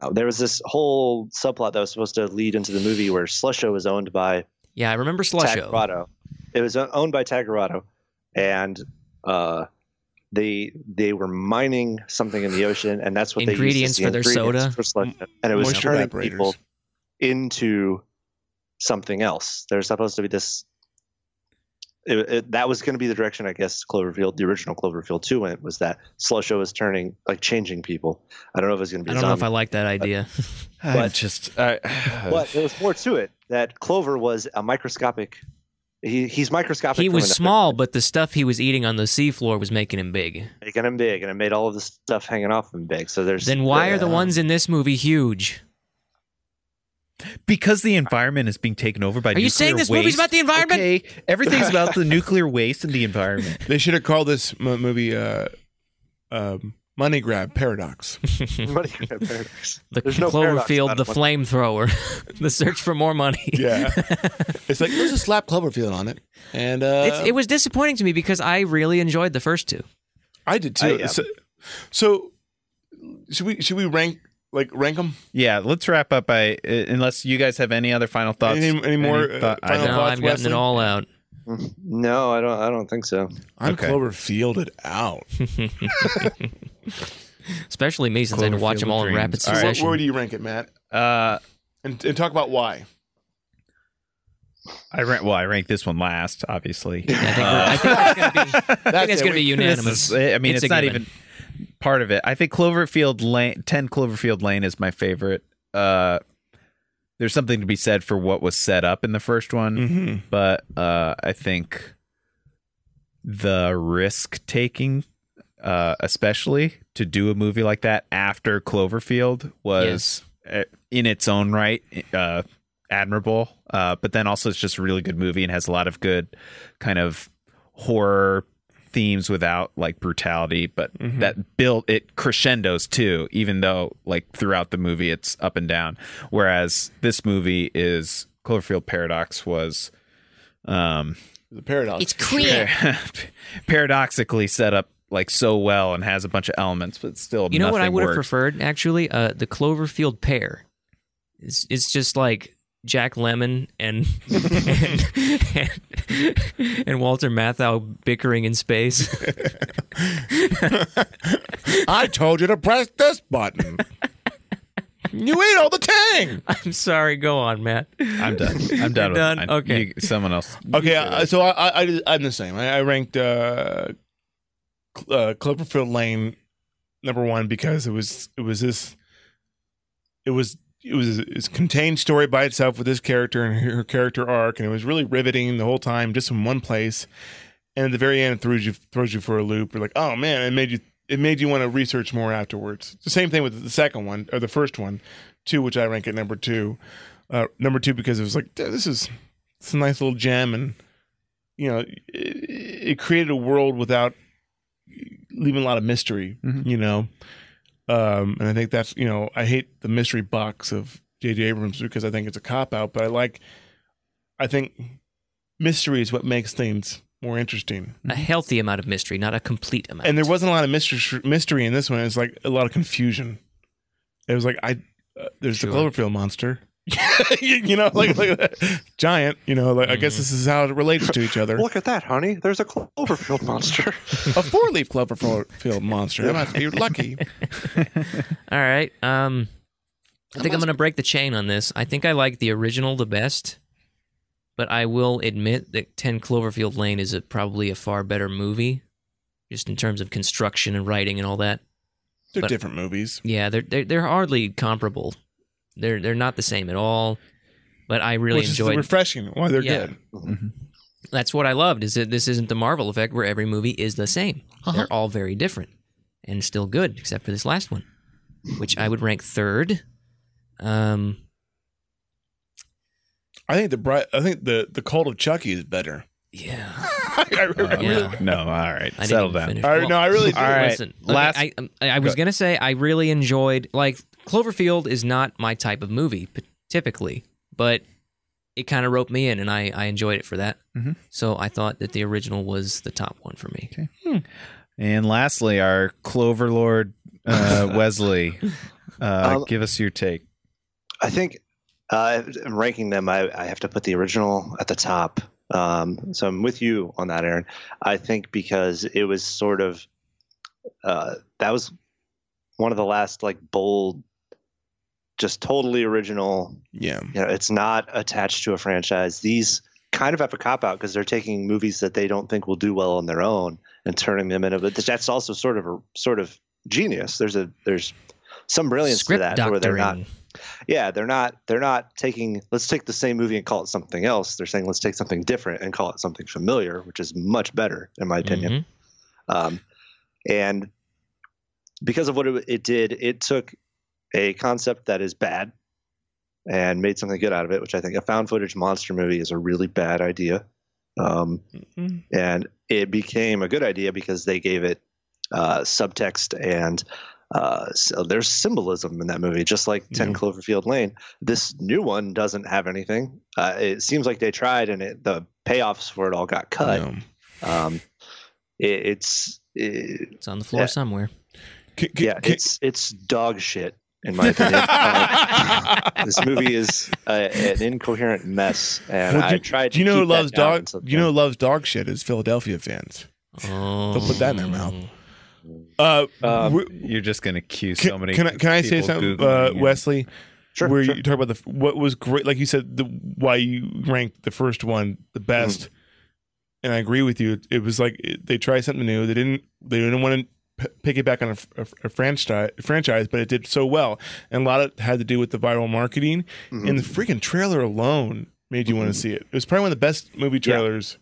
Uh, There was this whole subplot that was supposed to lead into the movie where Slusho was owned by Yeah, I remember Slusho. Tagarado. It was o- owned by Tagarado, and uh, they they were mining something in the ocean, and that's what Ingredients they used for their as the soda? ingredients for Slusho. and it was Moisture turning evaporators. people into something else. There's supposed to be this. It, it, that was going to be the direction, I guess. Cloverfield, the original Cloverfield two went was that Slusho was turning like changing people. I don't know if it's going to I be. don't know if I zombies, like that idea. I'm just. I But there was more to it. That Clover was a microscopic. He, he's microscopic. He from was another small, but the stuff he was eating on the seafloor was making him big. making him big, and it made all of the stuff hanging off him big. So there's Then why are the uh, ones in this movie huge? <sighs> because the environment is being taken over by. Are you saying this movie's about the environment? Okay, everything's about <laughs> the nuclear waste and the environment. they should have called this m- movie uh, um, Money Grab Paradox. <laughs> What are you gonna paradox? <laughs> The There's no paradox Cloverfield, about the it. flamethrower, <laughs> the search for more <laughs> money. <laughs> Yeah. <laughs> it's like, let's just slap Cloverfield on it. And uh, It's, it was disappointing to me because I really enjoyed the first two. I did too. I, um, so, so should we should we rank like rank them? Yeah, let's wrap up by uh, unless you guys have any other final thoughts. Any- any more, uh, thought- I final don't- No, thoughts, I've gotten Wesley? it all out. No, I don't. I don't think so. I'm Okay. Cloverfielded out. Especially me, since I had to watch them all in Cloverfield rapid Dreams. All right. Where, succession. where do you rank it, Matt? Uh, And, and talk about why. I rank. Well, I ranked this one last, obviously. Uh, I think, we're, I think that's gonna be, <laughs> I think That's that's it. gonna be We- unanimous. This is- I mean, It's it's, a not given. even part of it. I think Cloverfield Lane, Ten Cloverfield Lane, is my favorite. Uh, there's something to be said for what was set up in the first one, Mm. Mhm. but uh, I think the risk taking, uh, especially to do a movie like that after Cloverfield, was uh in its own right uh, admirable. Uh, but then also, it's just a really good movie and has a lot of good kind of horror themes without like brutality, but Mm-hmm. Mhm. that build it crescendos too, even though like throughout the movie it's up and down. Whereas this movie is Cloverfield Paradox was um The paradox. par- <laughs> paradoxically set up like so well and has a bunch of elements, but still, You know what I nothing would have works. preferred actually? Uh, the Cloverfield pair. It's, it's just like Jack Lemon <laughs> and and, and Walter Matthau bickering in space. <laughs> <laughs> I told you to press this <laughs> button. you ate all the tang. I'm sorry. Go on, Matt. I'm done. <laughs> I'm done. with done? mine. Okay. You- someone <laughs> else. Okay, uh, so I, I, I I'm the same. I, I ranked uh, Cl- uh, Cloverfield Lane number one because it was it was this it was it was it's contained story by itself with this character and her her character arc, and it was really riveting the whole time, just in one place. And at the very end, it throws you throws you for a loop. You're like, oh man, it made you it made you want to research more afterwards. It's the same thing with the second one or the first one, two, which I rank at number two. Uh, number two because it was like this is it's a nice little gem and you know it, it created a world without leaving a lot of mystery Mhm. you know um and i think that's you know i hate the mystery box of jj abrams because i think it's a cop out but i like i think mystery is what makes things more interesting A healthy amount of mystery, not a complete amount. and there wasn't a lot of mystery mystery in this one. It's like a lot of confusion. It was like I uh, there's Sure. the Cloverfield monster. <laughs> you, you know, like, like that giant. You know, like I guess this is how it relates to each other. Look at that, honey. There's a Cloverfield monster. a four leaf Cloverfield monster. That must be lucky. All right. Um, I think I'm must- going to break the chain on this. I think I like the original the best, but I will admit that 10 Cloverfield Lane is a, probably a far better movie, just in terms of construction and writing and all that. They're But- different movies. Yeah, they're they're, they're hardly comparable. They're they're not the same at all. But I really which is enjoyed. refreshing. Why they're Yeah. good. that's what I loved. Is that this isn't the Marvel effect where every movie is the same. They're all very different and still good, except for this last one, which I would rank third. Um, I think the bright. I think the the Cult of Chucky is better. <laughs> yeah. I, I Uh, really, Yeah. No, all right. I Settle didn't down. even finish. I, Well, no, I really. do. All right. Listen, okay, last- I, um, I I was Go. gonna say I really enjoyed like Cloverfield is not my type of movie p- typically, but it kind of roped me in, and I I enjoyed it for that. Mm-hmm. Mhm. So I thought that the original was the top one for me. And lastly, our Clover Lord uh, Wesley, uh, Um, give us your <laughs> take. I think uh, in ranking them, I, I have to put the original at the top. Um, so I'm with you on that, Aaron. I think because it was sort of uh, that was one of the last like bold, just totally original. Yeah. You know, it's not attached to a franchise. These kind of have a cop out because they're taking movies that they don't think will do well on their own and turning them into. But that's also sort of a sort of genius. There's a there's some brilliance Script to that where they're doctoring. not yeah they're not they're not taking let's take the same movie and call it something else they're saying let's take something different and call it something familiar which is much better in my opinion Mhm. um, and because of what it, it did it took a concept that is bad and made something good out of it which i think a found footage monster movie is a really bad idea um, Mhm. and it became a good idea because they gave it uh, subtext and uh, so there's symbolism in that movie, just like Ten Yeah. Cloverfield Lane. This new one doesn't have anything. Uh, it seems like they tried, and it, the payoffs for it all got cut. Um, Um, it, it's it, It's on the floor Yeah. somewhere. c- c- yeah, c- it's it's dog shit in <laughs> my opinion. Uh, this movie is uh an incoherent mess, and Well, I tried. Do you know to who keep that loves down dog? until the You know end. who loves dog shit is Philadelphia fans. Oh. Don't put that in their mouth. Uh, Um, we- You're just going to cue can, so many. can I can I say people something, Googling uh, and- Wesley? Sure, where sure. you talk about the what was great, like you said, the why you ranked the first one the best, Mm-hmm. and I agree with you. It was like it, they tried something new. They didn't they didn't want to p- piggyback on a, fr- a, fr- a franchise franchise, but it did so well, and a lot of it had to do with the viral marketing. Mhm. And the freaking trailer alone made you want to see it. It was probably one of the best movie Mm-hmm. Yeah. trailers.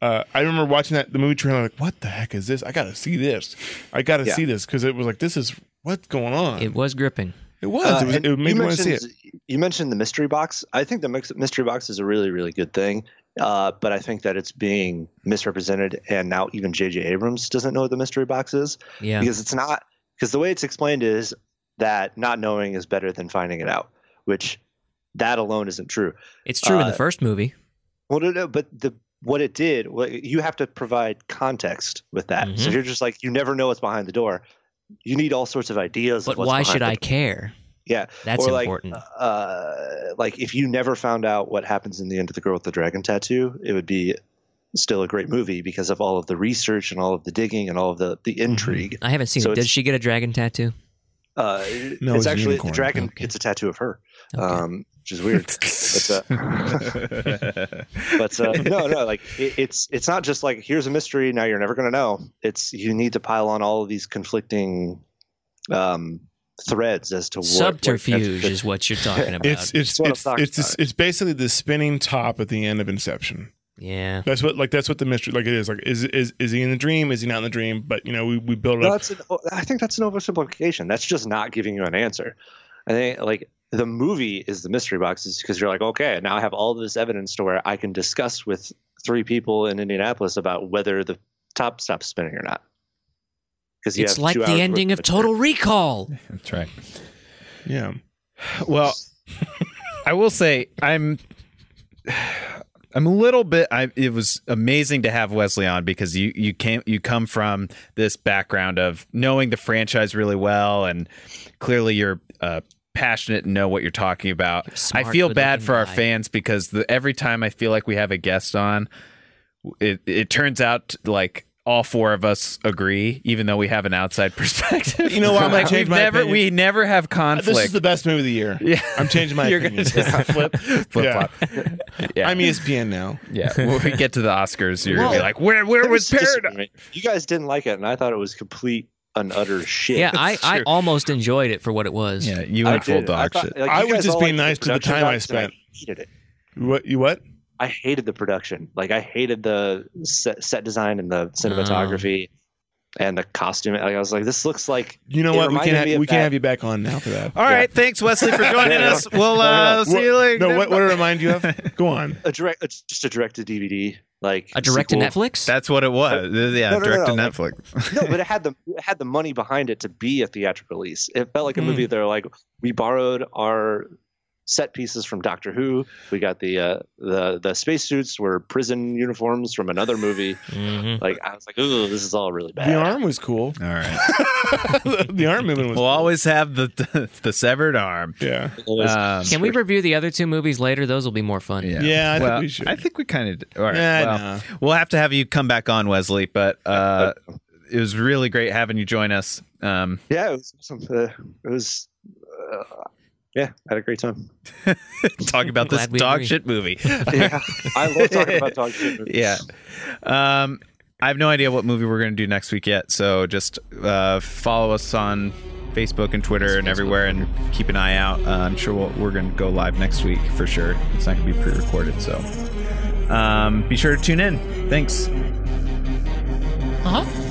Uh, I remember watching that the movie trailer, like, what the heck is this? I gotta see this. I gotta Yeah. see this because it was like, this is what's going on. Oh. It was gripping. It was. Uh, it, was, and it made you me want to see it. mentioned- You mentioned the mystery box. I think the mix- mystery box is a really, really good thing. Uh, but I think that it's being misrepresented, and now even J.J. Abrams doesn't know what the mystery box is Yeah. because it's not. Because the way it's explained is that not knowing is better than finding it out, which that alone isn't true. It's true in uh, the first movie. Well, no, no, but the what it did, what- you have to provide context with that. So Mhm. you're just like you never know what's behind the door. You need all sorts of ideas. But of what's why behind should the I care? Yeah, That's or like, important. uh, like if you never found out what happens in the end of the girl with the dragon tattoo it would be still a great movie because of all of the research and all of the digging and all of the the intrigue I haven't seen so it. Did it's- she get a dragon tattoo? uh No, it's it's a actually the unicorn. dragon Mm-hmm. Okay. gets a tattoo of her Okay. um which is weird but uh, <laughs> but <laughs> but uh, <laughs> no no like it, it's it's not just like here's a mystery now you're never going to know it's you need to pile on all of these conflicting um threads as to what Subterfuge what, is what you're talking about. It's it's That's what I'm it's talking it's, it's, about. basically the spinning top at the end of Inception. yeah. That's what like that's what the mystery like it is like is is is he in the dream? Is he not in the dream? But you know we, we build it No, up. that's an, oh, I think that's an oversimplification. That's just not giving you an answer. I think like the movie is the mystery boxes because you're like, okay, now I have all this evidence to where I can discuss with three people in Indianapolis about whether the top stops spinning or not. Because It's like the ending of Total Recall. that's right. Yeah, Well, I will say I'm I'm a little bit I it was amazing to have Wesley on because you you came you come from this background of knowing the franchise really well and clearly you're uh passionate and know what you're talking about. I Smart, feel bad good-looking for our guy. fans because the, every time I feel like we have a guest on it it turns out like all four of us agree, even though we have an outside <laughs> perspective. You know what? I'm gonna Like change we've my never opinion. Uh, we never have conflict. this is the best movie of the year. Yeah. I'm changing <laughs> my You're opinion. <laughs> gonna just flip, flip Yeah. flop. Yeah, I'm E ESPN now. yeah. <laughs> When we get to the Oscars, you're gonna be Well, like, where, where was Paradise? You guys didn't like it, and I thought it was complete and utter shit. Yeah, I, I true. almost enjoyed it for what it was. Yeah, you <laughs> I went full did. I dog thought- shit. like, I you was guys just all being liked the nice to the production time I values, and spent. hated it. What you what? I hated the production. Like I hated the set, set design and the cinematography and the costume. Like, I was like, this looks like You know It what? We reminded can't have, me of we can't that. have you back on now for <laughs> that. All right, thanks Wesley for joining Yeah. us. We'll No, uh, no, see you later. No, what what it remind you of? <laughs> Go on. a direct, a, just a direct to DVD, like A direct to sequel. Netflix? That's what it was. yeah, No, no, no, direct no, like- to Netflix. no, <laughs> but it had the it had the money behind it to be a theatrical release. It felt like a Hmm. movie. They're like, we borrowed our set pieces from Doctor Who. We got the uh, the the spacesuits were prison uniforms from <laughs> another movie. Mhm. like I was like, ooh, this is all really bad. The arm was <laughs> cool. All right, the arm movement was. we'll always have the the, severed arm. <laughs> Yeah. It was- Um, Can we review the other two movies later? Those will be more fun. yeah, Yeah, I think well, we should. I think we kind of. All right, Yeah, well, nah. we'll have to have you come back on, Wesley. But uh, it was really great having you join us. Um, yeah, it was awesome. Uh, it was. Uh, yeah, I had a <laughs> great time. <laughs> talk about this Glad we dog agree. shit movie. Yeah, I love talking about dog shit. movies. yeah. Um, I have no idea what movie we're going to do next week yet. So just uh, follow us on Facebook and Twitter and everywhere and keep an eye out. Uh, I'm sure we'll, we're going to go live next week for sure. It's not going to be pre recorded. So um, be sure to tune in. Thanks. Uh-huh.